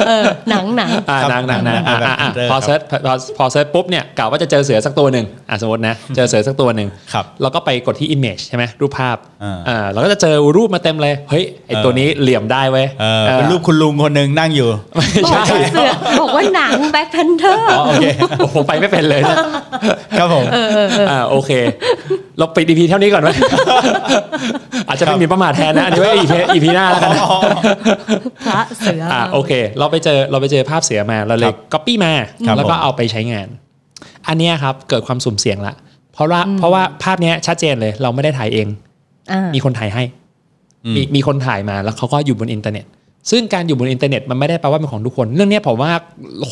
[SPEAKER 3] เออหนังหนัง
[SPEAKER 4] นางนางนางอ่าอ่าอ่า
[SPEAKER 2] Black Panther
[SPEAKER 4] พอเซิร์ชพอพอเซิร์ชปุ๊บเนี่ยกะว่าจะเจอเสือสักตัวหนึ่งอ่าสมมตินะเจอเสือสักตัวหนึ่ง
[SPEAKER 2] ครับ
[SPEAKER 4] เราก็ไปกดที่ image ใช่ไหมรูปภาพ
[SPEAKER 2] อ่า
[SPEAKER 4] อ่าเราก็จะเจอรูปมาเต็มเลย เฮ้ย ไอตัวนี้เหลี่ยมได้เว้ย
[SPEAKER 2] เออเป็นรูปคุณลุงคนหนึ่งนั่งอยู่
[SPEAKER 4] ไม่
[SPEAKER 3] บอก
[SPEAKER 4] ใช่
[SPEAKER 3] ว่าเสือบอกว่าหนังแบ็คแพนเทอร์
[SPEAKER 4] อ๋อโอเคโอ้โหไปไม่เป็นเลยนะครับ
[SPEAKER 2] ผม
[SPEAKER 4] อ่าโอเค เราปิด EP เท่านี้ก่อนไหม อาจจะไม่มีประมาทแทนนะอันนี้ไว้ EP EP หน้าแล้วกันนะ
[SPEAKER 3] พระเสืออ
[SPEAKER 4] อ่าโอเค เราไปเจอเราไปเจอภาพเสือมาเรา
[SPEAKER 2] ค
[SPEAKER 4] เล
[SPEAKER 2] รั
[SPEAKER 4] ย
[SPEAKER 2] บ
[SPEAKER 4] ก๊อปปี้มา
[SPEAKER 2] ครับ
[SPEAKER 4] แล้วก็
[SPEAKER 2] ผม
[SPEAKER 4] เอาไปใช้งาน อันเนี้ยครับเกิดความสุ่มเสี่ยงละเพราะว่าเพราะว่าภาพเนี้ยชัดเจนเลยเราไม่ได้ถ่ายเอง
[SPEAKER 3] อ่า
[SPEAKER 4] มีคนถ่ายให้
[SPEAKER 2] อืม
[SPEAKER 4] มีมีคนถ่ายมาแล้วเขาก็อยู่บนอินเทอร์เน็ต ซึ่งการอยู่บนอินเทอร์เน็ตมันไม่ได้แปลว่าเป็นของทุกคน เรื่องเนี้ยผมว่า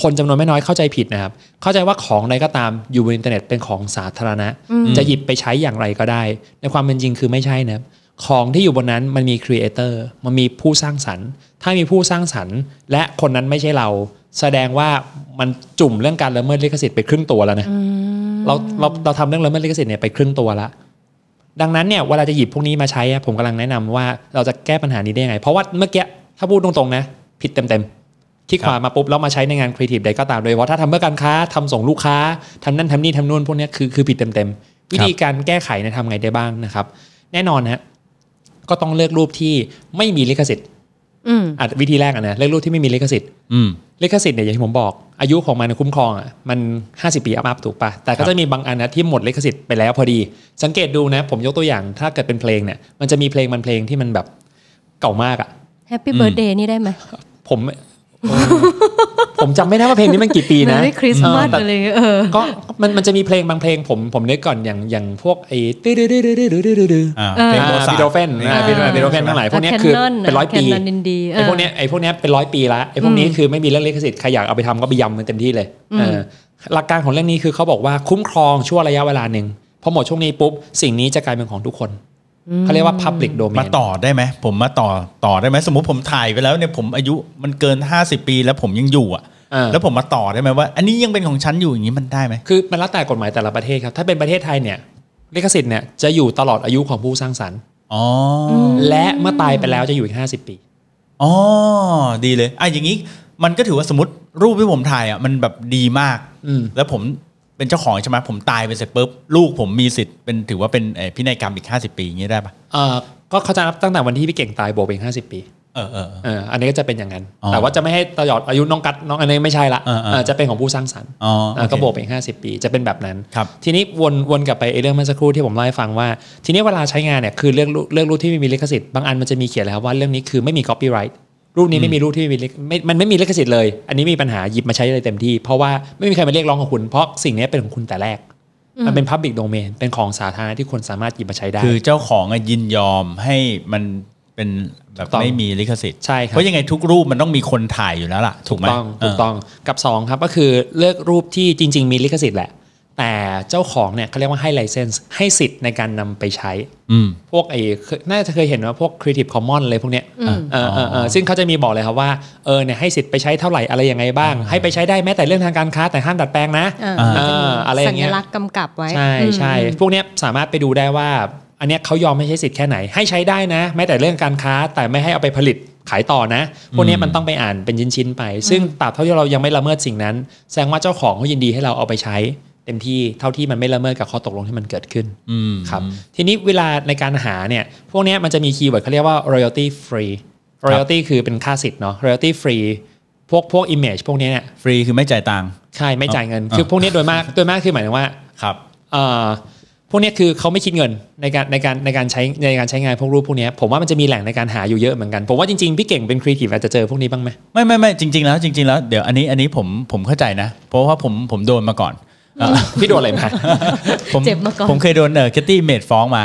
[SPEAKER 4] คนจำนวนไม่น้อยเข้าใจผิดนะครับ เข้าใจว่าของใดก็ตามอยู่บนอินเทอร์เน็ตเป็นของสาธารณะ จะหยิบไปใช้อย่างไรก็ได้ ในความเป็นจริงคือไม่ใช่นะครับ ของที่อยู่บนนั้นมันมีครีเอเตอร์ มันมีผู้สร้างสรรค์ ถ้ามีผู้สร้างสรรค์ และคนนั้นไม่ใช่เรา แสดงว่ามันจุ่มเรื่องการละเมิดลิขสิทธิ์ไปครึ่งตัวแล้วนะ เราเราเราทำเรื่องละเมิดลิขสิทธิ์เนี่ยไปครึ่งตัวละ ดังนั้นเนี่ยเวลาจะหยิบพวกนี้มาใช้อะผมกำลังแนะนำว่าเราจะแก้ปัญหานี้ได้ยังไง เพราะว่าเมื่อกี้ถ้าพูดตรงๆนะ ผิดเต็มๆที่ขวามาปุ๊บแล้วมาใช้ในงานครีเอทีฟใดก็ตามโดยเฉพาะถ้าทำเพื่อการค้าทำส่งลูกค้าทำนั่นทำนี่ทำนู่นพวกเนี้ยคือคือผิดเต็มๆวิธีการแก้ไขเนี่ยทำไงได้บ้างนะครับ แน่นอนฮะก็ต้องเลือกรูปที่ไม่มีลิขสิทธิ์
[SPEAKER 3] อืม
[SPEAKER 4] อ่ะวิธีแรกอะนะเลือกรูปที่ไม่มีลิขสิทธิ์
[SPEAKER 2] อืม
[SPEAKER 4] ลิขสิทธิ์เนี่ยอย่างที่ผมบอกอายุของมันคุ้มครองอ่ะมัน 50 ปีอัพถูกปะแต่
[SPEAKER 2] ครั
[SPEAKER 4] ก็
[SPEAKER 2] บ
[SPEAKER 4] จะมีบางอันนะที่หมดลิขสิทธิ์ไปแล้วพอดี สังเกตดูนะ ผมยกตัวอย่างถ้าเกิดเป็นเพลงเนี่ยมันจะมีเพลงมันเพลงที่มันแบบเก่ามากอ่ะ
[SPEAKER 3] แฮปปี้เบิร์ดเดย์นี่ได้ไหม
[SPEAKER 4] ผมเออผมจำไม่ได้ว่าเพลงนี้มันกี่ปีนะ
[SPEAKER 3] Merry Christmas
[SPEAKER 4] เออแต่
[SPEAKER 3] อะไรอย่างเงี้ยเออ
[SPEAKER 4] ก็มันมันจะมีเพลงบางเพลง ผมผมนึกก่อนอย่างอย่างพวกไอ้ตื้อดื้อดื้อดื้อดื้อดื้อดื้อดื้อ
[SPEAKER 2] อ่า
[SPEAKER 3] เออ
[SPEAKER 2] พลง
[SPEAKER 4] อ่า
[SPEAKER 2] โมซา
[SPEAKER 4] บิ
[SPEAKER 2] ร์ท
[SPEAKER 4] โดเฟน
[SPEAKER 2] อ่า
[SPEAKER 4] นะบิโดเฟนบิโดเฟนทั้งหลายพวกเนี้ยคือ
[SPEAKER 3] Canon
[SPEAKER 4] เป็นร้อยปี
[SPEAKER 3] แคนนอนอินดีเออ
[SPEAKER 4] ไอ้พวกเนี้ยไอ้พวกเนี้ยเป็นร้อยปีละไอ้พวกนี้คือไม่มีเรื่องลิขสิทธิ์ใครอยากเอาไปทำก็ไปยำมันเต็มที่เลยเออ หลักการของเรื่องนี้คือเขาบอกว่าคุ้มครองชั่วระยะเวลาหนึ่งพอหมดช่วงนี้ปุ๊บสิ่งนี้จะกลายเป็นของทุกคนเขาเรียกว่า Public
[SPEAKER 2] มา
[SPEAKER 4] Domain
[SPEAKER 2] ต่อได้ไหมผมมาต่อต่อได้ไหมสมมติผมถ่ายไปแล้วเนี่ยผมอายุมันเกิน 50 ปี แล้วผมยังอยู่อ่ะ
[SPEAKER 4] อ่า
[SPEAKER 2] แล้วผมมาต่อได้ไหมว่า อันนี้ยังเป็นของฉันอยู่อย่างนี้มันได้ไหม
[SPEAKER 4] คือมันแล้วแต่กฎหมายแต่ละประเทศครับ ถ้าเป็นประเทศไทยเนี่ยลิขสิทธิ์เนี่ยจะอยู่ตลอดอายุของผู้สร้างสรรค์
[SPEAKER 2] อ๋ออ
[SPEAKER 3] ม
[SPEAKER 4] และเมื่อตายไปแล้วจะอยู่อีก 50 ปี
[SPEAKER 2] อ๋อ ดีเลยอ่ะอย่างนี้มันก็ถือว่าสมมติรูปที่ผมถ่ายอ่ะมันแบบดีมาก
[SPEAKER 4] อืม
[SPEAKER 2] แล้วผมเป็นเจ้าของใช่ไหมผมตายไปเสร็จปุ๊บลูกผมมีสิทธิ์เป็นถือว่าเป็นเอ่อพินัยกรรมอีก 50 ปีอย่างนี้ได้ปะ
[SPEAKER 4] เอ่อก็เขาจะนับตั้งแต่วันที่พี่เก่งตายโบวกเป็น50 ปี
[SPEAKER 2] เออเออเออ
[SPEAKER 4] เอออันนี้ก็จะเป็นอย่างนั้น
[SPEAKER 2] อ๋อ
[SPEAKER 4] แต่ว่าจะไม่ให้ตลอดอายุน้องกัดน้องอันนี้ไม่ใช่ละ
[SPEAKER 2] เออเออ
[SPEAKER 4] เออจะเป็นของผู้สร้างสรรค์
[SPEAKER 2] อ๋อ
[SPEAKER 4] เออก็
[SPEAKER 2] โอเค
[SPEAKER 4] โบวกเป็น50 ปีจะเป็นแบบนั้น
[SPEAKER 2] ครับ
[SPEAKER 4] ทีนี้วนวนกลับไปไอ้เรื่องเมื่อสักครู่ที่ผมเล่าให้ฟังว่า ทีนี้เวลาใช้งานเนี่ยคือเรื่องรูเรื่องรูปที่ไม่มีลิขสิทธิ์บางอันมันจะมีเขียนแล้วว่าเรื่องนี้คือไม่มี copyright รูปนี้ไม่มีรูปที่ไม่มีลิขไม่มันไม่มีลิขสิทธิ์เลย อันนี้มีปัญหาหยิบมาใช้เลยเต็มที่ เพราะว่าไม่มีใครมาเรียกร้องของคุณ เพราะสิ่งนี้เป็นของคุณแต่แรก มันเป็น public domain เป็นของสาธารณะที่คนสามารถหยิบมาใช้ได้
[SPEAKER 2] คือเจ้าของอะยินยอมให้มันเป็นแบบ
[SPEAKER 4] ถูกต้อง
[SPEAKER 2] ไม่มีลิขสิทธิ์
[SPEAKER 4] ใช่ครับ
[SPEAKER 2] เพราะยังไงทุกรูปมันต้องมีคนถ่ายอยู่แล้วล่ะ ถูกไหม
[SPEAKER 4] ต้อง
[SPEAKER 2] เ
[SPEAKER 4] ถูกต้องกับสองครับก็คือเลือกรูปที่จริง ๆ มีลิขสิทธิ์แหละ แต่เจ้าของเนี่ยเขาเรียกว่าให้ license ให้สิทธิ์ในการนำไปใช้
[SPEAKER 2] อืม
[SPEAKER 4] พวกไอ้เคยน่าจะเคยเห็นว่าพวก Creative Commons อะไรพวกเนี้ย
[SPEAKER 3] อืม
[SPEAKER 4] เออเออเออซึ่งเขาจะมีบอกเลยครับว่า เออเนี่ยให้สิทธิ์ไปใช้เท่าไหร่อะไรยังไงบ้าง ให้ไปใช้ได้แม้แต่เรื่องทางการค้าแต่ห้ามดัดแปลงนะ
[SPEAKER 3] อ่า
[SPEAKER 2] อ่า
[SPEAKER 3] มันจะมี
[SPEAKER 4] อะไรอย่างเงี้ย
[SPEAKER 3] สัญลักษณ์กำกับไว้
[SPEAKER 4] ใช่ใช่
[SPEAKER 3] อืม
[SPEAKER 4] พวกเนี้ยสามารถไปดูได้ว่า อันเนี้ยเขายอมให้ใช้สิทธิ์แค่ไหน ให้ใช้ได้นะ แม้แต่เรื่องการค้าแต่ไม่ให้เอาไปผลิตขายต่อนะ พวกเนี้ยมันต้องไปอ่านเป็นชิ้นๆไป ซึ่งตราบเท่าที่เรายังไม่ละเมิดสิ่งนั้น แสดงว่าเจ้าของเขายินดีให้เราเอาไปใช้ เต็มที่เท่าที่มันไม่ละเมิดกับข้อตกลงที่มันเกิดขึ้น
[SPEAKER 2] อืม
[SPEAKER 4] ครับทีนี้เวลาในการหาเนี่ยพวกเนี้ยมันจะมีคีย์เวิร์ดเขาเรียกว่า royalty free royalty คือเป็นค่าสิทธิ์เนาะ royalty free พวกพวก image พวกเนี้ยเนี่ย
[SPEAKER 2] ฟรีคือไม่จ่ายตังค์
[SPEAKER 4] ใช่ไม่จ่ายเงิน
[SPEAKER 2] อ่า
[SPEAKER 4] คือพวกเนี้ยโดยมากโดยมากคือหมายถึงว่า
[SPEAKER 2] ครับ
[SPEAKER 4] เอ่อพวกเนี้ยคือเขาไม่คิดเงินในการในการในการใช้ในการใช้งานพวกรูปพวกเนี้ยผมว่ามันจะมีแหล่งในการหาอยู่เยอะเหมือนกัน ผมว่าจริงๆ พี่เก่งเป็นครีเอทีฟอาจจะเจอพวกนี้บ้างไหม
[SPEAKER 2] ไม่ไม่ไม่จริง ๆ แล้วจริง ๆ แล้วเดี๋ยวอันนี้อันนี้ผมผมเข้าใจนะ เพราะว่าผมผมโดนมาก่อนเอ่อ
[SPEAKER 4] (laughs) พี่โดนอะไรมา
[SPEAKER 2] ผม
[SPEAKER 3] เจ็บมาก่อน
[SPEAKER 2] ผมเคยโดนเออแคตตี้เมดฟ้องมา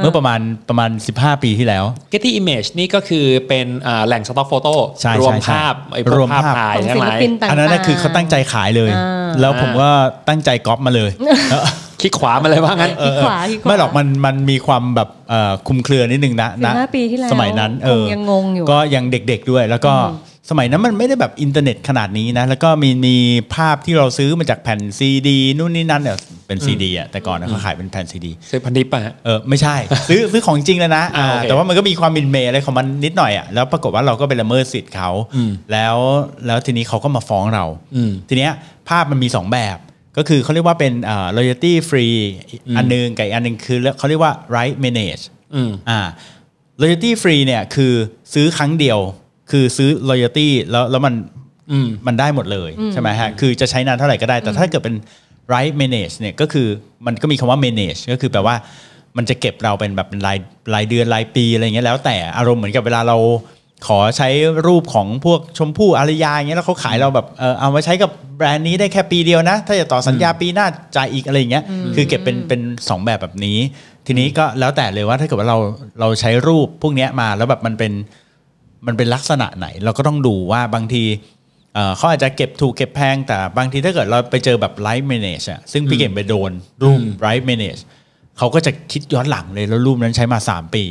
[SPEAKER 2] เมื่อประมาณประมาณ 15 ปีที่แล้ว
[SPEAKER 4] Getty Image นี่ก็คือเป็นอ่าแหล่งสต็อกโฟโต้
[SPEAKER 2] ใช่
[SPEAKER 4] รวม
[SPEAKER 2] ใช่ใช่
[SPEAKER 4] ภาพไอ้พว
[SPEAKER 2] ร
[SPEAKER 4] ก
[SPEAKER 2] วม
[SPEAKER 4] ภาพ
[SPEAKER 2] ภาพ
[SPEAKER 4] ถ่าย
[SPEAKER 3] ของ
[SPEAKER 4] ทั้ง
[SPEAKER 3] ศิ
[SPEAKER 4] ห
[SPEAKER 3] ล
[SPEAKER 4] ลาย
[SPEAKER 3] ปินต่างๆ
[SPEAKER 2] อันนั้นนะคือเขาตั้งใจขายเลย
[SPEAKER 3] อ่า
[SPEAKER 2] แล้วผมก็ตั้งใจก๊อปมาเลย
[SPEAKER 4] คลิกขวามาเลยว่างั้น
[SPEAKER 3] เออ ขวาที่ขวา
[SPEAKER 2] ไม่หรอกมันมันมีความแบบเอ่อคลุมเครือนิดนึงนะนะ
[SPEAKER 3] 15ปีที่แล้ว
[SPEAKER 2] สมัยนั้นเออ
[SPEAKER 3] คงยังงงอยู่
[SPEAKER 2] ก็ยังเด็กๆด้วย แล้วก็สมัยนั้นมันไม่ได้แบบอินเทอร์เน็ตขนาดนี้นะ แล้วก็มีมีภาพที่เราซื้อมาจากแผ่นซีดีนู่นนี่นั่นเนี่ยเป็นซีดีอ่ะแต่ก่อนนะเขาขายเป็นแผ่นซีดี
[SPEAKER 4] ซื้อพันทิปอ่ะ
[SPEAKER 2] เออ
[SPEAKER 4] (laughs)
[SPEAKER 2] ไม่ใช่ ซื้อซื้อของจริงแล้วนะ
[SPEAKER 4] อ่าโอเค
[SPEAKER 2] แต่ว่ามันก็มีความมินเมย์อะไรของมันนิดหน่อยอ่ะแล้วปรากฏว่าเราก็ไปละเมิดสิทธิ์เขา
[SPEAKER 4] อืม
[SPEAKER 2] แล้วแล้วทีนี้เขาก็มาฟ้องเรา
[SPEAKER 4] อืม
[SPEAKER 2] ทีเนี้ยภาพมันมี 2 แบบ ก็คือเขาเรียกว่าเป็นเอ่อ royalty free อันหนึงกับอีกอันหนึงคือเขาเรียกว่า right manage
[SPEAKER 4] อืม
[SPEAKER 2] อ่า royalty free เนี่ยคือซื้อครั้งเดียว คือซื้อ royalty แล้วแล้วมัน
[SPEAKER 4] อืม
[SPEAKER 2] มันได้หมดเลยใช่ไหมฮะ คือจะใช้นานเท่าไหร่ก็ได้ แต่ถ้าเกิดเป็น right manage เนี่ยก็คือมันก็มีคำว่า manage ก็คือแปลว่ามันจะเก็บเราเป็นแบบเป็นรายรายเดือนรายปีอะไรอย่างเงี้ยแล้วแต่อารมณ์เหมือนกับเวลาเราขอใช้รูปของพวกชมพู่อารยาอย่างเงี้ยแล้วเขาขายเราแบบเออเอามาใช้กับแบรนด์นี้ได้แค่ปีเดียวนะ ถ้าจะต่อสัญญาปีหน้าจ่ายอีกอะไรอย่างเงี้ยคือเก็บเป็นเป็นสองแบบแบบนี้ ทีนี้ก็แล้วแต่เลยว่าถ้าเกิดว่าเราเราใช้รูปพวกเนี้ยมาแล้วแบบมันเป็น มันเป็นลักษณะไหนเราก็ต้องดูว่าบางทีเอ่อเขาอาจจะเก็บถูกเก็บแพง แต่บางทีถ้าเกิดเราไปเจอแบบไลฟ์แมเนจอะซึ่งพี่เก่งไปโดนรูปไลฟ์แมเนจเขาก็จะคิดย้อนหลังเลยแล้วรูปนั้นใช้มา 3 ปี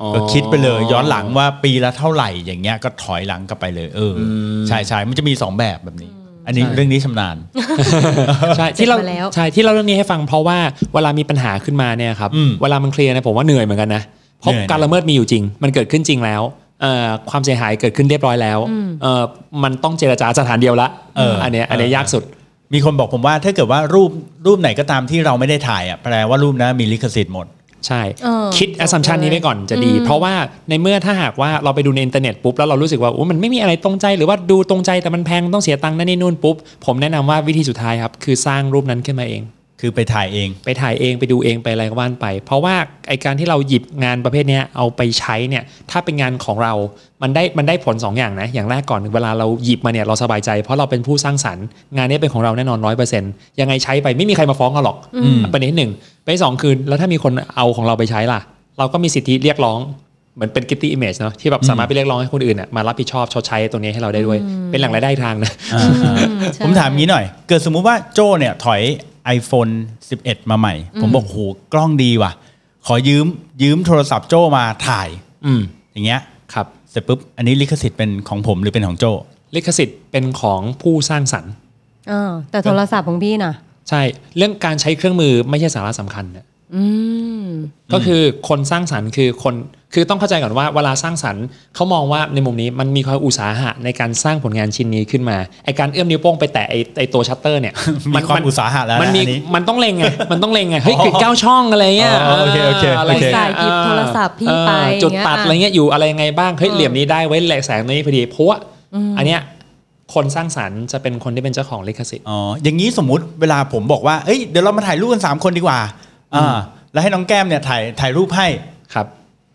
[SPEAKER 4] อ๋อ
[SPEAKER 2] ก็คิดไปเลยย้อนหลังว่าปีละเท่าไหร่อย่างเงี้ยก็ถอยหลังกลับไปเลยเอออใช่ใช่มันจะมี 2 แบบแบบนี้ อันนี้เรื่องนี้ชำนาญ
[SPEAKER 4] ใช่
[SPEAKER 3] (laughs)
[SPEAKER 4] ที่เรา
[SPEAKER 3] เจ็บมาแล้ว
[SPEAKER 4] ใช่ที่เราเรื่องนี้ให้ฟังเพราะว่าเวลามีปัญหาขึ้นมาเนี่ยครับ
[SPEAKER 2] อืม
[SPEAKER 4] เวลามันเคลียร์เนะผมว่าเหนื่อยเหมือนกันนะเพราะ
[SPEAKER 2] เหนื่อยนะ
[SPEAKER 4] การละเมิดมีอยู่จริง มันเกิดขึ้นจริงแล้วเอ่อความเสียหายเกิดขึ้นเรียบร้อยแล้วเอ่อมันต้องเจรจาสถานเดียวละ
[SPEAKER 2] เอออั
[SPEAKER 4] นเนี้ยอันเนี้ย
[SPEAKER 2] เออ
[SPEAKER 4] ยากสุด
[SPEAKER 2] มีคนบอกผมว่าถ้าเกิดว่ารูปรูปไหนก็ตามที่เราไม่ได้ถ่ายอะแปลว่ารูปนั้นมีลิขสิทธิ์หมด
[SPEAKER 4] ใช่
[SPEAKER 3] เออ
[SPEAKER 4] คิดแอสซัมชันนี้ไปก่อนจะดี เพราะว่าในเมื่อถ้าหากว่าเราไปดูในอินเทอร์เน็ตปุ๊บแล้วเรารู้สึกว่าอุ๊ยมันไม่มีอะไรตรงใจหรือว่าดูตรงใจแต่มันแพงต้องเสียตังค์นั่นนี่นู่นปุ๊บผมแนะนำว่าวิธีสุดท้ายครับคือสร้างรูปนั้นขึ้นมาเอง
[SPEAKER 2] คือไปถ่ายเอง
[SPEAKER 4] ไปถ่ายเองไปดูเองไปอะไรก็ว่านไป เพราะว่าไอการที่เราหยิบงานประเภทเนี้ยเอาไปใช้เนี่ยถ้าเป็นงานของเรา มันได้มันได้ผลสองอย่างนะอย่างแรกก่อนเวลาเราหยิบมาเนี่ยเราสบายใจ เพราะเราเป็นผู้สร้างสรรค์งานเนี้ยเป็นของเราแน่นอนร้อยเปอร์เซ็นต์ยังไงใช้ไปไม่มีใครมาฟ้องเราหรอก
[SPEAKER 2] อืม
[SPEAKER 4] ประเด็นที่หนึ่งประเด็นที่สองคือแล้วถ้ามีคนเอาของเราไปใช้ล่ะ เราก็มีสิทธิเรียกร้อง เหมือนเป็นกิตตี้อิมเมจเนาะที่แบบสามารถไปเรียกร้องให้คนอื่นอะมารับผิดชอบชดใช้ตรงนี้ให้เราได้ด้วย เป็นแหล่งรายได้อีกทางนะ
[SPEAKER 2] อ่า
[SPEAKER 3] ใช่
[SPEAKER 2] ผมถามงี้หน่อย เกิดสมมุติว่าโจเนี่ยถอย iPhone 11 มาใหม่ ผมบอกโหกล้องดีว่ะ ขอยืมยืมโทรศัพท์โจมาถ่าย
[SPEAKER 4] อืม
[SPEAKER 2] อย่างเงี้ย
[SPEAKER 4] ครับ
[SPEAKER 2] เสร็จปุ๊บอันนี้ลิขสิทธิ์เป็นของผมหรือเป็นของโจ
[SPEAKER 4] ลิขสิทธิ์เป็นของผู้สร้างสรรค์
[SPEAKER 3] เออแต่โทรศัพท์ของพี่น่ะ
[SPEAKER 4] ใช่ เรื่องการใช้เครื่องมือไม่ใช่สาระสำคัญนะ
[SPEAKER 3] อืม
[SPEAKER 4] ก็คือคนสร้างสรรค์คือคนคือต้องเข้าใจก่อนว่าเวลาสร้างสรรค์เขามองว่าในมุมนี้มันมีความอุตสาหะในการสร้างผลงานชิ้นนี้ขึ้นมาไอการเอื้อมนิ้วโป้งไปแตะไอไอตัวชัตเตอร์เนี่ย
[SPEAKER 2] มีความอุตสาหะแล้วนะ
[SPEAKER 4] มันมี
[SPEAKER 2] อันนี้
[SPEAKER 4] มันต้องเลงไง (laughs) มันต้องเลงไงเฮ้ย
[SPEAKER 2] อ๋อ
[SPEAKER 4] คือเก้าช่องอะไรเงี้ย
[SPEAKER 2] อ๋อโอเคโอเคโอเค
[SPEAKER 4] ะไรงี้
[SPEAKER 3] สายหยิบโทรศัพท์พี่ไป
[SPEAKER 4] เออจุดตัด
[SPEAKER 3] อย่างเงี้ย
[SPEAKER 4] อะไรเงี้ยอยู่อะไรยังไงบ้างเฮ้ยเหลี่ยมนี้ได้ไว้แหลกแสงนี้พอดีเพราะว่าอันเนี้ยคนสร้างสรรค์จะเป็นคนที่เป็นเจ้าของลิขสิทธิ์
[SPEAKER 2] อ๋ออย่างนี้สมมุติเวลาผมบอกว่าเอ้ยเดี๋ยวเรามาถ่ายรูปกันสามคนดีกว่าอ่าแล้วให้น้องแก้มเนี่ยถ่ายถ่ายรูปให้
[SPEAKER 4] ครับ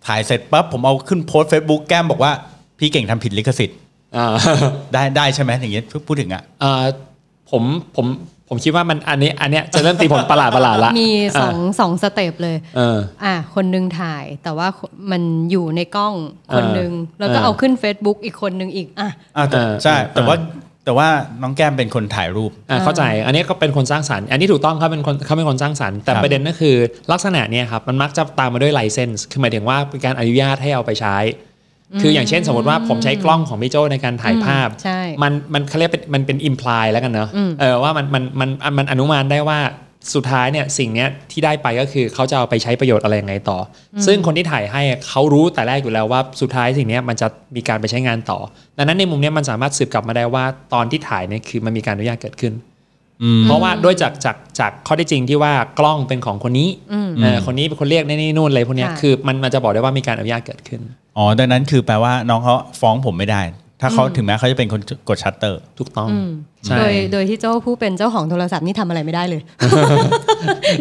[SPEAKER 2] ถ่ายเสร็จปั๊บผมเอาขึ้นโพสต์ Facebook แก้มบอกว่าพี่เก่งทำผิดลิขสิทธิ์
[SPEAKER 4] อ่า
[SPEAKER 2] ได้ได้ใช่ไหมอย่างเงี้ยพูดถึงอ่ะ
[SPEAKER 4] เอ่อผมผมผมคิดว่ามันอันนี้อันเนี้ยจะเริ่มตีผลประหลาดประหลาดละ
[SPEAKER 3] มีสองสองสเต็ปเลย
[SPEAKER 4] เออ
[SPEAKER 3] อ่ะคนหนึงถ่ายแต่ว่ามันอยู่ในกล้องคนหนึง
[SPEAKER 4] เออ
[SPEAKER 3] แล้วก็
[SPEAKER 4] เออ
[SPEAKER 3] เอาขึ้น Facebook อีกคนหนึงอีกอ่ะ
[SPEAKER 2] อ่าแต่
[SPEAKER 4] เออ
[SPEAKER 2] ใช่
[SPEAKER 4] เออ
[SPEAKER 2] แต่ว่าแต่ว่าน้องแก้มเป็นคนถ่ายรูป
[SPEAKER 4] อ่ะเข้าใจอันนี้ก็เป็นคนสร้างสรรค์อันนี้ถูกต้องเขาเป็นคนเขาเป็นคนสร้างสรรค์แต่
[SPEAKER 2] ครับ
[SPEAKER 4] ประเด็นก็คือลักษณะเนี้ยครับมันมักจะตามมาด้วยไลเซนส์คือหมายถึงว่าเป็นการอนุญาตให้เอาไปใช้ คืออย่างเช่นสมมติว่าผมใช้กล้องของพี่โจในการถ่ายภาพ
[SPEAKER 3] อืมใช่
[SPEAKER 4] มันมันเขาเรียกเป็นมันเป็นอิมพลายแล้วกันเนอะเออว่ามันมันมันมันมันอนุมานได้ว่าสุดท้ายเนี่ยสิ่งเนี้ยที่ได้ไปก็คือเขาจะเอาไปใช้ประโยชน์อะไรยังไงต่ออซึ่งคนที่ถ่ายให้เขารู้แต่แรกอยู่แล้วว่าสุดท้ายสิ่งเนี้ยมันจะมีการไปใช้งานต่อ ดังนั้นในมุมเนี้ยมันสามารถสืบกลับมาได้ว่าตอนที่ถ่ายเนี่ยคือมันมีการอนุญาตเกิดขึ้น เพราะว่าด้วยจากจากจากข้อได้จริงที่ว่ากล้องเป็นของคนนี้
[SPEAKER 3] อืม
[SPEAKER 4] เออคนนี้เป็นคนเรียกนี่นี่นู่นอะไรพวกเนี้ย
[SPEAKER 3] ค่ะ
[SPEAKER 4] คือมันมันจะบอกได้ว่ามีการอนุญาตเกิดขึ้น
[SPEAKER 2] อ๋อดังนั้นคือแปลว่าน้องเขาฟ้องผมไม่ได้ ถ้าเขาถึงแม้เขาจะเป็นคนกดชัตเตอร์
[SPEAKER 4] ถูกต้อง
[SPEAKER 3] อืม
[SPEAKER 4] ใช่
[SPEAKER 3] โดยโดยที่เจ้าผู้เป็นเจ้าของโทรศัพท์นี่ทำอะไรไม่ได้
[SPEAKER 4] (laughs)
[SPEAKER 3] เลย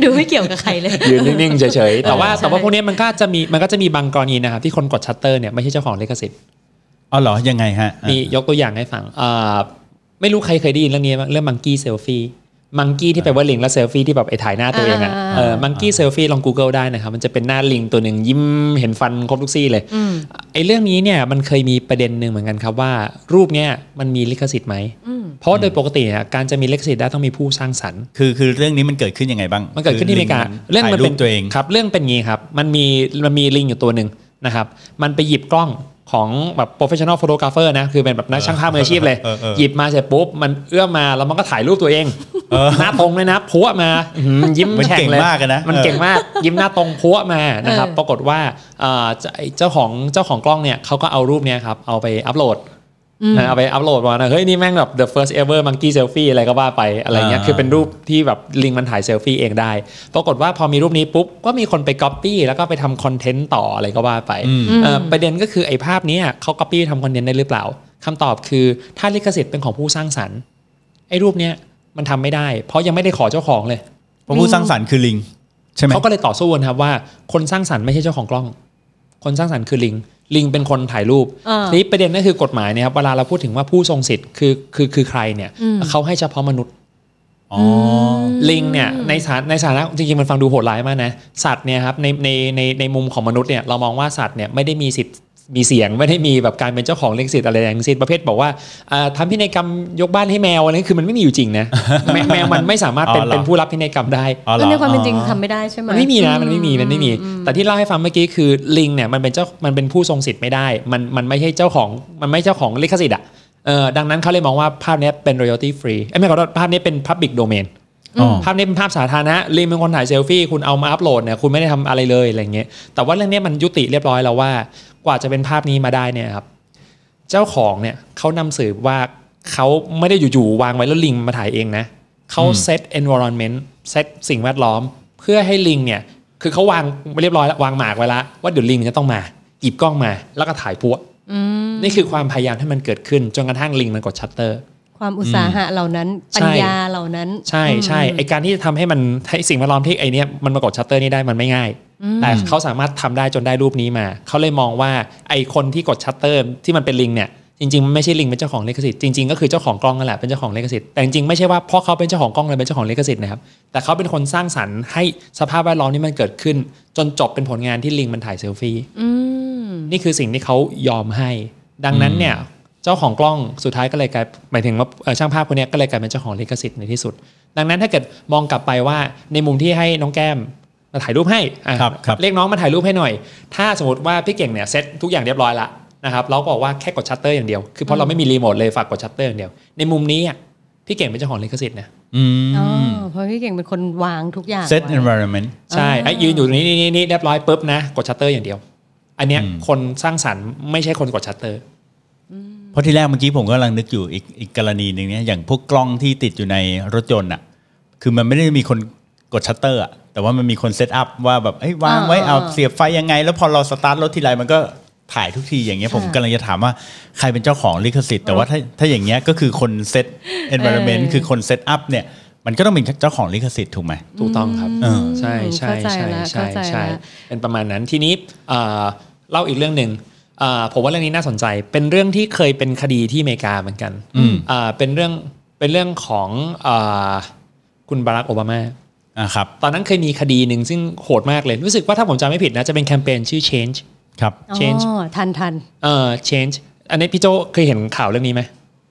[SPEAKER 3] ดูไม่เกี่ยวกับใครเลย
[SPEAKER 4] ยืนนิ่งๆเฉยๆ แต่ว่า
[SPEAKER 3] เออใช่
[SPEAKER 4] แต่ว่าพวกเนี้ยมันก็จะมีมันก็จะมีบางกรณีนะครับที่คนกดชัตเตอร์เนี่ยไม่ใช่เจ้าของลิขสิทธิ์
[SPEAKER 2] อ๋อเหรอ ยังไงฮะอ่ะ
[SPEAKER 4] มียกตัวอย่างให้ฟังอ่าไม่รู้ใครเคยได้ยินเรื่องนี้บ้างเรื่องมังกี้เซลฟี่มังกี้ที่แปลว่าลิงและเซลฟี่ที่แบบไอ้ถ่ายหน้าตัวเองอะเออมังกี้เซลฟี่ลอง Google ได้นะครับมันจะเป็นหน้าลิงตัวหนึ่งยิ้มเห็นฟันครบทุกซี่เลย
[SPEAKER 3] อืม
[SPEAKER 4] ไอ้เรื่องนี้เนี่ยมันเคยมีประเด็นหนึ่งเหมือนกันครับว่า รูปเนี่ยมันมีลิขสิทธิ์ไหม
[SPEAKER 3] อืม
[SPEAKER 4] เพราะโดยปกติเนี่ยการจะมีลิขสิทธิ์ได้ต้องมีผู้สร้างสรรค์
[SPEAKER 2] คือคือเรื่องนี้มันเกิดขึ้นยังไงบ้าง
[SPEAKER 4] มันเกิดขึ้นที่อเมริกา
[SPEAKER 2] คื
[SPEAKER 4] เรื่อง
[SPEAKER 2] ถ่าย
[SPEAKER 4] มัน
[SPEAKER 2] รู
[SPEAKER 4] เป็
[SPEAKER 2] ป
[SPEAKER 4] น
[SPEAKER 2] ตัวเอง
[SPEAKER 4] ครับ เรื่องเป็นงี้ครับ มันมีมันมีลิงอยู่ตัวหนึ่งนะครับ มันไปหยิบกล้องของแบบ professional photographer นะ คือเป็นแบบนักช่างภาพมืออาชีพเลย
[SPEAKER 2] เออเออ
[SPEAKER 4] หยิบมาเสร็จปุ๊บ มันเอื้อมมาแล้วมันก็ถ่ายรูปตัวเองหน้าตรงเลยนะพัวมาอื้อหือยิ้ม
[SPEAKER 2] มัน
[SPEAKER 4] แฉ่
[SPEAKER 2] เก่
[SPEAKER 4] ง
[SPEAKER 2] ง
[SPEAKER 4] เลย
[SPEAKER 2] มากอะนะ
[SPEAKER 4] มัน
[SPEAKER 2] เออ
[SPEAKER 4] เก่งมากยิ้มหน้าตรงพัวมานะครับ
[SPEAKER 3] เออ
[SPEAKER 4] ปรากฏว่าเอ่อเจ้าเจ้าของเจ้าของกล้องเนี่ยเขาก็เอารูปเนี่ยครับเอาไปอัพโหลด นะเอาไปอัพโหลดมานะเฮ้ยนี่แม่งแบบ the first ever monkey selfie อะไรก็ว่าไปอะไรเงี้ย
[SPEAKER 2] อ่า
[SPEAKER 4] คือเป็นรูปที่แบบลิงมันถ่ายเซลฟี่เองได้ ปรากฏว่าพอมีรูปนี้ปุ๊บ ก็มีคนไป copy แล้วก็ไปทำคอนเทนต์ต่ออะไรก็ว่าไปเอ่อประเด็นก็คือไอ้ภาพเนี้ยเขา copy ทำคอนเทนต์ได้หรือเปล่าคำตอบคือถ้าลิขสิทธิ์เป็นของผู้สร้างสรรค์ไอ้รูปเนี้ยมันทำไม่ได้ เพราะยังไม่ได้ขอเจ้าของเลย
[SPEAKER 2] เพราะผู้สร้างสรรค์คือลิง ใช่ไหม
[SPEAKER 4] เขาก็เลยต่อสู้กันครับว่าคนสร้างสรรค์ไม่ใช่เจ้าของกล้อง คนสร้างสรรค์คือลิง ลิงเป็นคนถ่ายรูป
[SPEAKER 3] อ่า
[SPEAKER 4] ทีนี้ประเด็นก็คือกฎหมายเนี่ยครับเวลาเราพูดถึงว่าผู้ทรงสิทธิ์คือคือคือใครเนี่ย
[SPEAKER 3] อืม
[SPEAKER 4] เขาให้เฉพาะมนุษย์
[SPEAKER 2] อ๋ออ
[SPEAKER 4] ลิงเนี่ยในสถานในสถานะจริงๆมันฟังดูโหดร้ายมากนะสัตว์เนี่ยครับในในในในมุมของมนุษย์เนี่ยเรามองว่าสัตว์เนี่ยไม่ได้มีสิทธิ์มีเสียงไม่ได้มีแบบการเป็นเจ้าของลิขสิทธิ์อะไรอย่างทั้งสิ้นประเภทบอกว่าอ่าทำพินัยกรรมยกบ้านให้แมวอะไรนี่คือมันไม่มีอยู่จริงนะ (laughs) แมวแมวมันไม่สามารถเป็น
[SPEAKER 2] อ๋อเหรอ
[SPEAKER 4] เป็นผู้รับพินัยกรรมได้
[SPEAKER 2] อ๋อเหรอ
[SPEAKER 3] ในความเป็นจริง
[SPEAKER 2] อ๋อ
[SPEAKER 3] ทำไม่ได้ใช่ไหม
[SPEAKER 4] มันไม่มีนะมันไม่มีมันไม่มี แต่ที่เล่าให้ฟังเมื่อกี้คือลิงเนี่ยมันเป็นเจ้ามันเป็นผู้ทรงสิทธิ์ไม่ได้ มันมันไม่ใช่เจ้าของมันไม่ใช่เจ้าของลิขสิทธิ์อ่ะเออดังนั้นเขาเลยมองว่าภาพเนี้ยเป็น royalty free เอ้ยไม่ขอโทษภาพเนี้ยเป็น public domain
[SPEAKER 2] อ๋อ
[SPEAKER 4] ภาพนี้เป็นภาพสาธารณะลิงเป็นคนถ่ายเซลฟี่คุณเอามาอัพโหลดเนี่ยคุณไม่ได้ทำอะไรเลยอะไรเงี้ยแต่ว่าเรื่องเนี้ยมันยุติเรียบร้อยแล้วว่า กว่าจะเป็นภาพนี้มาได้เนี่ยครับเจ้าของเนี่ยเขานำสืบว่าเขาไม่ได้อยู่ๆวางไว้แล้วลิงมาถ่ายเองนะเขาเซต environment เซตสิ่งแวดล้อม เพื่อให้ลิงเนี่ยคือเขาวางเรียบร้อยแล้ววางหมากไว้ละว่าเดี๋ยวลิงจะต้องมาหยิบกล้องมาแล้วก็ถ่ายพวนี่คือความพยายามที่มันเกิดขึ้นจนกระทั่งลิงมันกดชัตเตอร์
[SPEAKER 3] ความอุตสาหะเหล่านั้น
[SPEAKER 4] ใช่
[SPEAKER 3] ปัญญาเหล่านั้น
[SPEAKER 4] ใช่ใช่ไอการที่จะทำให้มันให้สิ่งแวดล้อมที่ไอเนี้ยมันมากดชัตเตอร์นี่ได้มันไม่ง่าย แต่เขาสามารถทำได้จนได้รูปนี้มา เขาเลยมองว่าไอคนที่กดชัตเตอร์ที่มันเป็นลิงเนี่ยจ จริงๆมันไม่ใช่ลิงเป็นเจ้าของลิขสิทธิ์จริงๆก็คือเจ้าของกล้องนั่นแหละเป็นเจ้าของลิขสิทธิ์แต่จริงๆไม่ใช่ว่าเพราะเขาเป็นเจ้าของกล้องเลยเป็นเจ้าของลิขสิทธิ์นะครับแต่เขาเป็นคนสร้างสรรค์ให้สภาพแวดล้อมนี้มันเกิดขึ้น จนจบเป็นผลงานที่ลิงมันถ่ายเซลฟี่
[SPEAKER 3] อืม
[SPEAKER 4] นี่คือสิ่งที่เขายอมให้ ดังนั้นเนี่ยเจ้าของกล้องสุดท้ายก็เลยกลายหมายถึงว่าเอ่อช่างภาพคนเนี้ยก็เลยกลายเป็นเจ้าของลิขสิทธิ์ในที่สุด ดังนั้นถ้าเกิดมองกลับไปว่าในมุมที่ให้น้องแก้มมาถ่ายรูปให้อ่ะ
[SPEAKER 2] ครับครับ
[SPEAKER 4] เรียกน้องมาถ่ายรูปให้หน่อย ถ้าสมมติว่าพี่เก่งเนี่ยเซ็ตทุกอย่างเรียบร้อยละนะครับเราก็บอกว่าแค่กดชัตเตอร์อย่างเดียวคือเพราะเราไม่มีรีโมทเลยฝากกดชัตเตอร์อย่างเดียวในมุมนี้อ่ะพี่เก่งเป็นเจ้าของลิขสิทธิ์นะ
[SPEAKER 2] อื
[SPEAKER 3] อ๋อ
[SPEAKER 2] ม
[SPEAKER 3] เพราะพี่เก่งเป็นคนวางทุกอย่าง
[SPEAKER 2] เซต
[SPEAKER 3] ไว้
[SPEAKER 2] environment
[SPEAKER 4] ใช่ไอ้ยืนอยู่ตรงนี้นี่นี่นี่เรียบร้อยปุ๊บนะกดชัตเตอร์อย่างเดียว อันเนี้ยคนสร้างสรรค์ไม่ใช่คนกดชัตเตอร์
[SPEAKER 2] เพราะที่แรกเมื่อกี้ผมก็กำลังนึกอยู่อีกอีกกรณีหนึ่งเนี่ยอย่างพวกกล้องที่ติดอยู่ในรถยนต์อ่ะคือมันไม่ได้มีคนกดชัตเตอร์อ่ะแต่ว่ามันมีคนเซตอัพว่าแบบเอ้ยวางไว้
[SPEAKER 3] อ่า
[SPEAKER 2] เอา
[SPEAKER 3] อ่า
[SPEAKER 2] เสียบไฟยังไง แล้วพอเราสตาร์ทรถทีไรมันก็ถ่ายทุกทีอย่างเงี้ย
[SPEAKER 3] ค่ะ
[SPEAKER 2] ผมกำลังจะถามว่าใครเป็นเจ้าของลิขสิทธิ์แต่ว่าถ้าถ้าอย่างเงี้ยก็คือคนเซต environment
[SPEAKER 3] เออ
[SPEAKER 2] คือคนเซตอัพเนี่ยมันก็ต้องเป็นเจ้าของลิขสิทธิ์ถูกไหม
[SPEAKER 4] ถูกต้องครับ
[SPEAKER 2] อืม
[SPEAKER 4] ใช่ใช่
[SPEAKER 3] เข้าใจ
[SPEAKER 4] ใช่
[SPEAKER 3] แล้ว
[SPEAKER 4] ใช่
[SPEAKER 3] เข้าใจ
[SPEAKER 4] ใช่
[SPEAKER 3] แล้ว
[SPEAKER 4] เป็นประมาณนั้นทีนี้เอ่อเล่าอีกเรื่องหนึ่งเอ่อผมว่าเรื่องนี้น่าสนใจเป็นเรื่องที่เคยเป็นคดีที่อเมริกาเหมือนกัน
[SPEAKER 2] อืม
[SPEAKER 4] เอ่อเป็นเรื่องเป็นเรื่องของเอ่อคุณบารักโอบามา
[SPEAKER 2] อ่ะครับ
[SPEAKER 4] ตอนนั้นเคยมีคดีหนึ่งซึ่งโหดมากเลย รู้สึกว่าถ้าผมจำไม่ผิดนะจะเป็นแคมเปญชื่อ change
[SPEAKER 2] ครับ
[SPEAKER 3] อ๋อ
[SPEAKER 4] change
[SPEAKER 3] ทันทัน
[SPEAKER 4] เอ่อ change อันนี้พี่โจเคยเห็นข่าวเรื่องนี้ไหม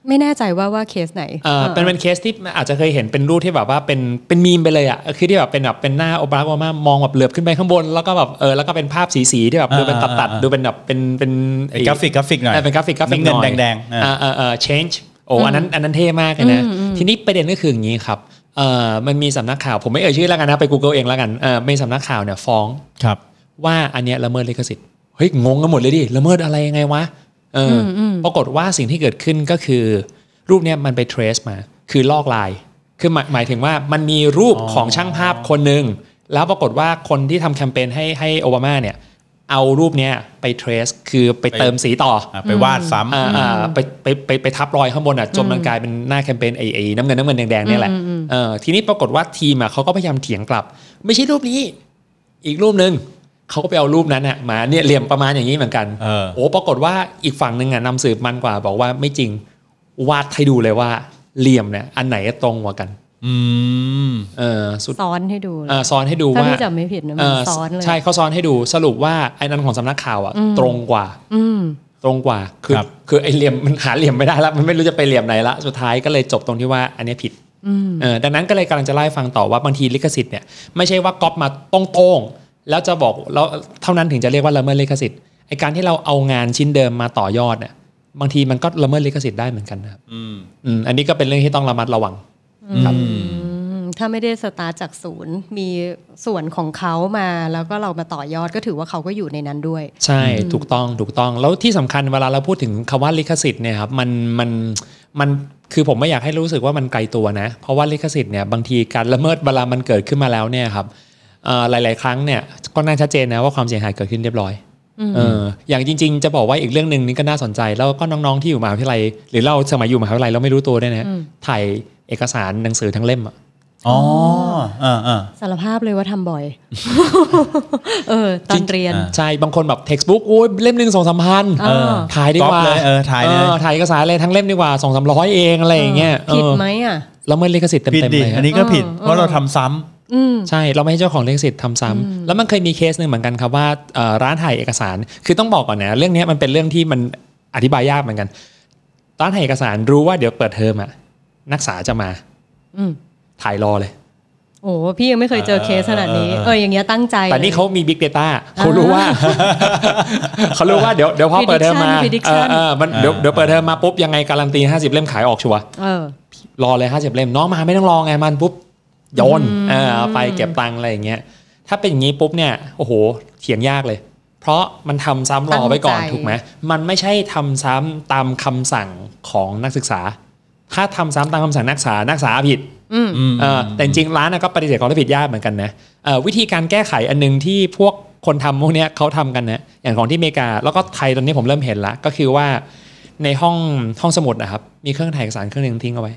[SPEAKER 3] ไม่แน่ใจว่าว่าเคสไหน
[SPEAKER 4] เอ่อเป็นเป็นเคสที่อาจจะเคยเห็นเป็นรูปที่แบบว่าเป็นเป็นมีมไปเลยอ่ะคือที่แบบเป็นแบบเป็นหน้าโอบามา มองแบบเหลือบขึ้นไปข้างบน แล้วก็แบบเออแล้วก็เป็นภาพสีๆที่แบบดูเป็นตัดตัดๆดูเป็นแบบเป็นเป็น
[SPEAKER 2] ไอ้กราฟิกกราฟิกหน่อย
[SPEAKER 4] เออเป็นกราฟิกกราฟิก
[SPEAKER 2] น้ำเงิน
[SPEAKER 4] หอย
[SPEAKER 2] แดงแดงๆอ่ะ
[SPEAKER 4] อ่าอ่าอ่า change โอ้อันนั้นอันนั้นเท่มากเลยนะทีนี้ประเด็นก็คืออย่างนี้ครับเอ่อมันมีสำนักข่าวผมไม่เอ่ยชื่อแล้วกันนะไป Google เองแล้วกันเอ่อมีสำนักข่าวเนี่ยฟ้อง
[SPEAKER 2] ครับ
[SPEAKER 4] ว่าอันเนี้ยละเมิดลิขสิทธิ์ เฮ้ย งงกันหมดเลยดิ ละเมิดอะไรยังไงวะ เอออปรากฏว่าสิ่งที่เกิดขึ้นก็คือ รูปเนี้ยมันไป trace มา คือลอกลาย คือหมายหมายถึงว่ามันมีรูปของช่างภาพคนหนึ่ง แล้วปรากฏว่าคนที่ทำแคมเปญให้ให้โอบามาเนี่ย เอารูปเนี้ยไป trace คือไปเติมสีต่อ
[SPEAKER 2] อ่ะไปวาดซ้ำ
[SPEAKER 4] อ่าอ่าไปไปไปไปทับรอยข้างบนอ่ะจนมันกลายเป็นหน้าแคมเปญไอ้ไอ้น้ำเงินน้ำเงินแดงๆเนี่ยแหละเออทีนี้ปรากฏว่าทีมอ่ะเขาก็พยายามเถียงกลับ ไม่ใช่รูปนี้ อีกรูปหนึ่งเขาก็ไปเอารูปนั้นอ่ะมาเนี่ยเหลี่ยมประมาณอย่างนี้เหมือนกัน
[SPEAKER 2] เออ
[SPEAKER 4] โอ้ปรากฏว่าอีกฝั่งหนึ่งอ่ะนำสืบมันกว่าบอกว่าไม่จริงวาดให้ดูเลยว่าเหลี่ยมเนี่ยอันไหนตรงกว่ากัน
[SPEAKER 2] อืม
[SPEAKER 4] เออสุด
[SPEAKER 3] ซ้อนให้ดูเลย
[SPEAKER 4] อ่าซ้อนให้ดู
[SPEAKER 3] ถ้า
[SPEAKER 4] ว่า
[SPEAKER 3] พี่จำไม่ผิดนะมันซ้อนเลย
[SPEAKER 4] ใช่เขาซ้อนให้ดูสรุปว่าไอ้นั้นของสำนักข่าวอะตรงกว่าตรงกว่าคือ
[SPEAKER 2] ครับ
[SPEAKER 4] คือไอ้เหลี่ยมมันหาเหลี่ยมไม่ได้ละมันไม่รู้จะไปเหลี่ยมไหนละสุดท้ายก็เลยจบตรงที่ว่าอันเนี้ยผิดเออดังนั้นก็เลยกำลังจะไล่าให้ฟังต่อว่าบางทีลิขสิทธิ์เนี่ยไม่ใช่ว่าก๊อปมาตรงๆแล้วจะบอกแล้วเท่านั้นถึงจะเรียกว่าละเมิดลิขสิทธิ์ไอการที่เราเอางานชิ้นเดิมมาต่อยอดเนี่ยบางทีมันก็ละเมิดลิขสิทธิ์ได้เหมือนกันนะครับ
[SPEAKER 2] อืม
[SPEAKER 4] อืมอันนี้ก็เป็นเรื่องที่ต้องระมัดระวัง ครับ
[SPEAKER 3] อืมถ้าไม่ได้สตาร์ทจากศูนย์ มีส่วนของเขามาแล้วก็เรามาต่อยอดก็ถือว่าเขาก็อยู่ในนั้นด้วย
[SPEAKER 4] ใช่ ถูกต้องถูกต้องแล้วที่สำคัญเวลาเราพูดถึงคำว่าลิขสิทธิ์เนี่ยครับมันมันมันคือผมไม่อยากให้รู้สึกว่ามันไกลตัวนะ เพราะว่าลิขสิทธิ์เนี่ยบางทีการละเมิดเวลามันเกิดขึ้นมาแล้วเนี่ยครับเอ่อหลาย ๆ ครั้งเนี่ยก็น่าชัดเจนนะว่าความเสียหายเกิดขึ้นเรียบร้อยเอออย่างจริง ๆ จะบอกว่าอีกเรื่องหนึ่งนี่ก็น่าสนใจ แล้วก็น้องๆที่อยู่มหาวิทยาลัยหรือเราสมัยอยู่มหาวิทยาลัยเราไม่รู้ตัวด้วยนะถ่ายเอกสารหนังสือทั้งเล่มอะ
[SPEAKER 2] อ๋อเอ่าอ่า
[SPEAKER 3] สารภาพเลยว่าทำ
[SPEAKER 4] (laughs)
[SPEAKER 3] บ่อย เออ ตอนเรียน
[SPEAKER 2] อ่า
[SPEAKER 4] ใช่ บางคนแบบ textbook โอ้ยเล่มหนึ่งสองสามพัน
[SPEAKER 3] เออ
[SPEAKER 4] ถ่ายดีกว่า
[SPEAKER 2] ก๊อปเลยเออถ่ายเลย
[SPEAKER 4] ออถ่ายเอกสารเลยทั้งเล่มดีกว่าสองสามร้อยเองอะไรอย่างเงี้ย
[SPEAKER 3] ผิดไหม
[SPEAKER 4] เออ
[SPEAKER 3] อ่ะ
[SPEAKER 4] แล้วเมื่อลิขสิทธิ์เต็ม
[SPEAKER 2] ผิด
[SPEAKER 4] เต็ม
[SPEAKER 2] ดิ
[SPEAKER 4] เลย
[SPEAKER 2] อั
[SPEAKER 4] อะ
[SPEAKER 2] นนี้ก็ผิด
[SPEAKER 3] เออ
[SPEAKER 2] เพราะเราทำซ้ำ
[SPEAKER 3] อืม
[SPEAKER 4] ใช่ เราไม่ให้เจ้าของลิขสิทธิ์ทำซ้ำแล้วมันเคยมีเคสหนึ่งเหมือนกันครับว่าเอ่อร้านถ่ายเอกสาร คือต้องบอกก่อนนะ เรื่องเนี้ยมันเป็นเรื่องที่มันอธิบายยากเหมือนกัน ร้านถ่ายเอกสารรู้ว่าเดี๋ยวเปิดเทอมอะนักศึกษาจะมา
[SPEAKER 3] อืม
[SPEAKER 4] ถ่ายรอเลย
[SPEAKER 3] โอ้พี่ยังไม่เคยเจอเคสขนาดนี้
[SPEAKER 2] เออ
[SPEAKER 3] เอออย่างเงี้ยตั้งใจ
[SPEAKER 4] แต่
[SPEAKER 3] ล
[SPEAKER 4] นี่
[SPEAKER 3] ย
[SPEAKER 4] เขามี Big Data เขารู้ว่า (laughs) เขารู้ว่าเดี๋ยวเดี๋ยวพอ
[SPEAKER 3] Prediction
[SPEAKER 4] เปิดเทอมมาเอ
[SPEAKER 3] prediction
[SPEAKER 4] อเออมันเดี๋ยวเดี๋ยวเปิดเทอมมาปุ๊บยังไงการันตี 50 เล่มขายออกชัวร์
[SPEAKER 3] เออ
[SPEAKER 4] รอเลย 50 เล่มน้องมาไม่ต้องรอไงมันปุ๊บโยนเออเอาไปเก็บตังค์อะไรอย่างเงี้ยถ้าเป็นอย่างนี้ปุ๊บเนี่ยโอ้โหเถียงยากเลย เพราะมันทำซ้ำรอไว้ก่อน
[SPEAKER 3] ตั้งใจ
[SPEAKER 4] ถูกไหมมันไม่ใช่ทำซ้ำตามคำสั่งของนักศึกษา ถ้าทำซ้ำตามคำสั่งนักศึกษานักศึกษาผิด เอ่อแต่จริงๆร้านน่ะก็ปฏิเสธความรับผิดยากเหมือนกันนะเอ่อวิธีการแก้ไขอันหนึงที่พวกคนทำพวกเนี้ยเขาทำกันนะอย่างของที่อเมริกา แล้วก็ไทยตอนนี้ผมเริ่มเห็นละก็คือว่าในห้องห้องสมุดนะครับ มีเครื่องถ่ายเอกสารเครื่องหนึ่งทิ้งเอาไว้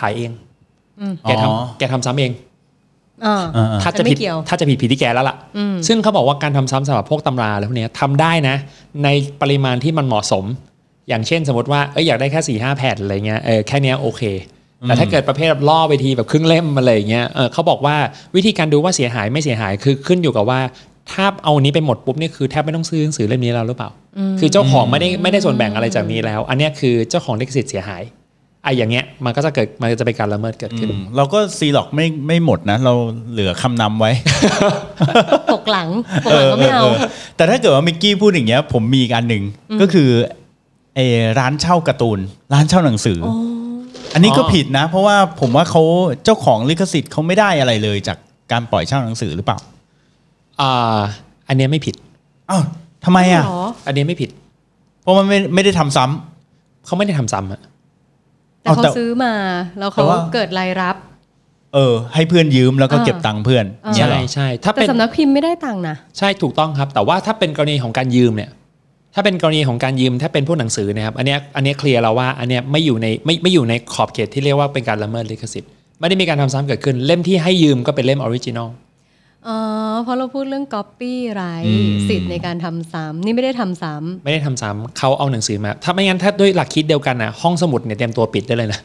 [SPEAKER 4] ถ่ายเองแก
[SPEAKER 2] อ๋อ
[SPEAKER 4] ทำแกทำซ้ำเอง
[SPEAKER 3] เออ
[SPEAKER 2] อ่าอ่า
[SPEAKER 4] ถ้าจะผิด
[SPEAKER 3] ไม่เกี่ยว
[SPEAKER 4] ถ้าจะผิดผิดที่แกแล้วล่ะ ซึ่งเขาบอกว่าการทำซ้ำสำหรับพวกตำราอะไรพวกเนี้ยทำได้นะ ในปริมาณที่มันเหมาะสม อย่างเช่นสมมติว่าเอ้ยอยากได้แค่4ี่ห้าแผ่นอะไรเงี้ยเออแค่เนี้ยโอเค แต่ถ้าเกิดประเภทแบบล่อไปทีแบบครึ่งเล่มอะไรอย่างเงี้ยเออเขาบอกว่าวิธีการดูว่าเสียหายไม่เสียหายคือขึ้นอยู่กับว่า ถ้าเอานี้ไปหมดปุ๊บนี่คือแทบไม่ต้องซื้อหนังสือเล่มนี้แล้วหรือเปล่า คือเจ้าของไม่ได้ไม่ได้ส่วนแบ่งอะไรจากนี้แล้ว อันเนี้ยคือเจ้าของลิขสิทธิ์เสียหายไอ้อย่างเงี้ยมันก็จะเกิดมันจะเป็นการละเมิดเกิดขึ้น
[SPEAKER 2] อืมเราก็ซีหลอกไม่ไม่หมดนะ เราเหลือคำ
[SPEAKER 3] (laughs)
[SPEAKER 2] นำไว้
[SPEAKER 3] ปกหลังปกหลังก็ไม่เอา
[SPEAKER 2] เออเออเออแต่ถ้าเกิดว่ามิกกี้พูดอย่างเงี้ย ผมมีอีกอันหนึ่งก็คือเออร้านเช่าการ์ตูน ร้านเช่าหนังสือออันนี้ก็
[SPEAKER 4] อ๋อ
[SPEAKER 2] ผิดนะ เพราะว่าผมว่าเขาเจ้าของลิขสิทธิ์เขาไม่ได้อะไรเลยจากการปล่อยเช่าหนังสือหรือเปล่า
[SPEAKER 4] อ่าอันเนี้ยไม่ผิด
[SPEAKER 2] อ้าวทำไมอ่ะ
[SPEAKER 3] หรอ
[SPEAKER 4] อันเนี้ยไม่ผิด
[SPEAKER 2] เพราะมันไม่ไม่ได้ทำซ้ำ
[SPEAKER 4] เขาไม่ได้ทำซ้ำอะ
[SPEAKER 3] แต่
[SPEAKER 2] เอา
[SPEAKER 3] เขา
[SPEAKER 2] แต่
[SPEAKER 3] ซื้อมาแล้ว
[SPEAKER 2] แต่
[SPEAKER 3] เขา
[SPEAKER 2] ว่า
[SPEAKER 3] เกิดรายรับ
[SPEAKER 2] เออ ให้เพื่อนยืมแล้วก็
[SPEAKER 3] อ่า
[SPEAKER 2] เก็บตังค์เพื่อน
[SPEAKER 3] อ่า
[SPEAKER 2] เนี่ย
[SPEAKER 4] ใช่
[SPEAKER 2] เหรอ
[SPEAKER 4] ใช่ถ้า
[SPEAKER 3] แต่
[SPEAKER 4] เป็น
[SPEAKER 3] สำนักพิมพ์ไม่ได้ตังค์นะ
[SPEAKER 4] ใช่ถูกต้องครับ แต่ว่าถ้าเป็นกรณีของการยืมเนี่ยถ้าเป็นกรณีของการยืมถ้าเป็นพวกหนังสือนะครับอันเนี้ยอันเนี้ยเคลียร์แล้วว่าอันเนี้ยไม่อยู่ในไม่ไม่อยู่ในขอบเขตที่เรียกว่าเป็นการละเมิดลิขสิทธิ์ไม่ได้มีการทำซ้ำเกิดขึ้น เล่มที่ให้ยืมก็เป็นเล่มออริจินอล
[SPEAKER 3] อ๋อเพราะเราพูดเรื่องก๊อปปี้ไรสิทธิ์ในการทำซ้ำนี่ไม่ได้ทำซ้
[SPEAKER 4] ไม่ได้ทำซ้ำเขาเอาหนังสือมา ถ้าไม่งั้นถ้าด้วยหลักคิดเดียวกันนะห้องสมุดเนี่ยเตรียมตัวปิดได้เลยนะ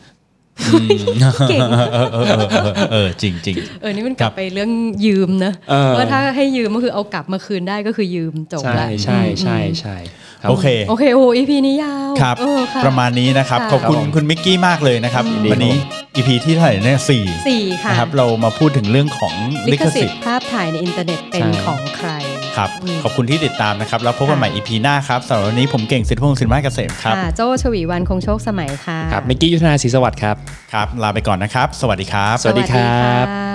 [SPEAKER 3] ำ เก่ง
[SPEAKER 2] เออเออเออเออ (laughs) เออจริงจริง
[SPEAKER 3] เออ นี่มันกลับไปเรื่องยืมนะ
[SPEAKER 4] เออ
[SPEAKER 3] ว่าถ้าให้ยืมก็คือเอากลับมาคืนได้ก็คือยืมจบ
[SPEAKER 4] ใช่
[SPEAKER 3] ละ
[SPEAKER 4] ใช่ใช่ใช่รับ
[SPEAKER 2] โอเค
[SPEAKER 3] โอเค โอ้อีพีนี้ยาว
[SPEAKER 2] ครับ
[SPEAKER 3] เออค่
[SPEAKER 2] ประมาณนี้นะครับ
[SPEAKER 3] ค่ะ
[SPEAKER 2] ขอบคุณ
[SPEAKER 4] ครับผม
[SPEAKER 2] คุณมิกกี้มากเลยนะครับ
[SPEAKER 4] ยินดี
[SPEAKER 2] วันนี้
[SPEAKER 4] ครับ
[SPEAKER 2] EP ที่เท่าไหร่เนี่ยสี่
[SPEAKER 3] สี่ค่ะ
[SPEAKER 2] นะครับเรามาพูดถึงเรื่องของ
[SPEAKER 3] ลิ
[SPEAKER 2] ลิ
[SPEAKER 3] ข
[SPEAKER 2] ข
[SPEAKER 3] สิ
[SPEAKER 2] สิ
[SPEAKER 3] ท
[SPEAKER 2] ทธิ์
[SPEAKER 3] ธิ์ภาพถ่ายในอินเทอร์เน็ตเป็น
[SPEAKER 4] ใช่
[SPEAKER 3] ของใคร
[SPEAKER 2] ครับ
[SPEAKER 3] อืม
[SPEAKER 2] ขอบคุณที่ติดตามนะครับ แล้วพบกันใหม่ EP หน้าครับสำหรับวันนี้ผมเก่งสิทธิพงศ์สินมาเกษมครับ
[SPEAKER 3] ค่ะโจชวีวันคงโชคสมัยค่ะ
[SPEAKER 4] ครับเมกกี้ยุทธนาศรีสวัสดิ์ครับ
[SPEAKER 2] ครับ ลาไปก่อนนะครับ สวัสดีครับ
[SPEAKER 4] สวัสดีครับ
[SPEAKER 3] ะ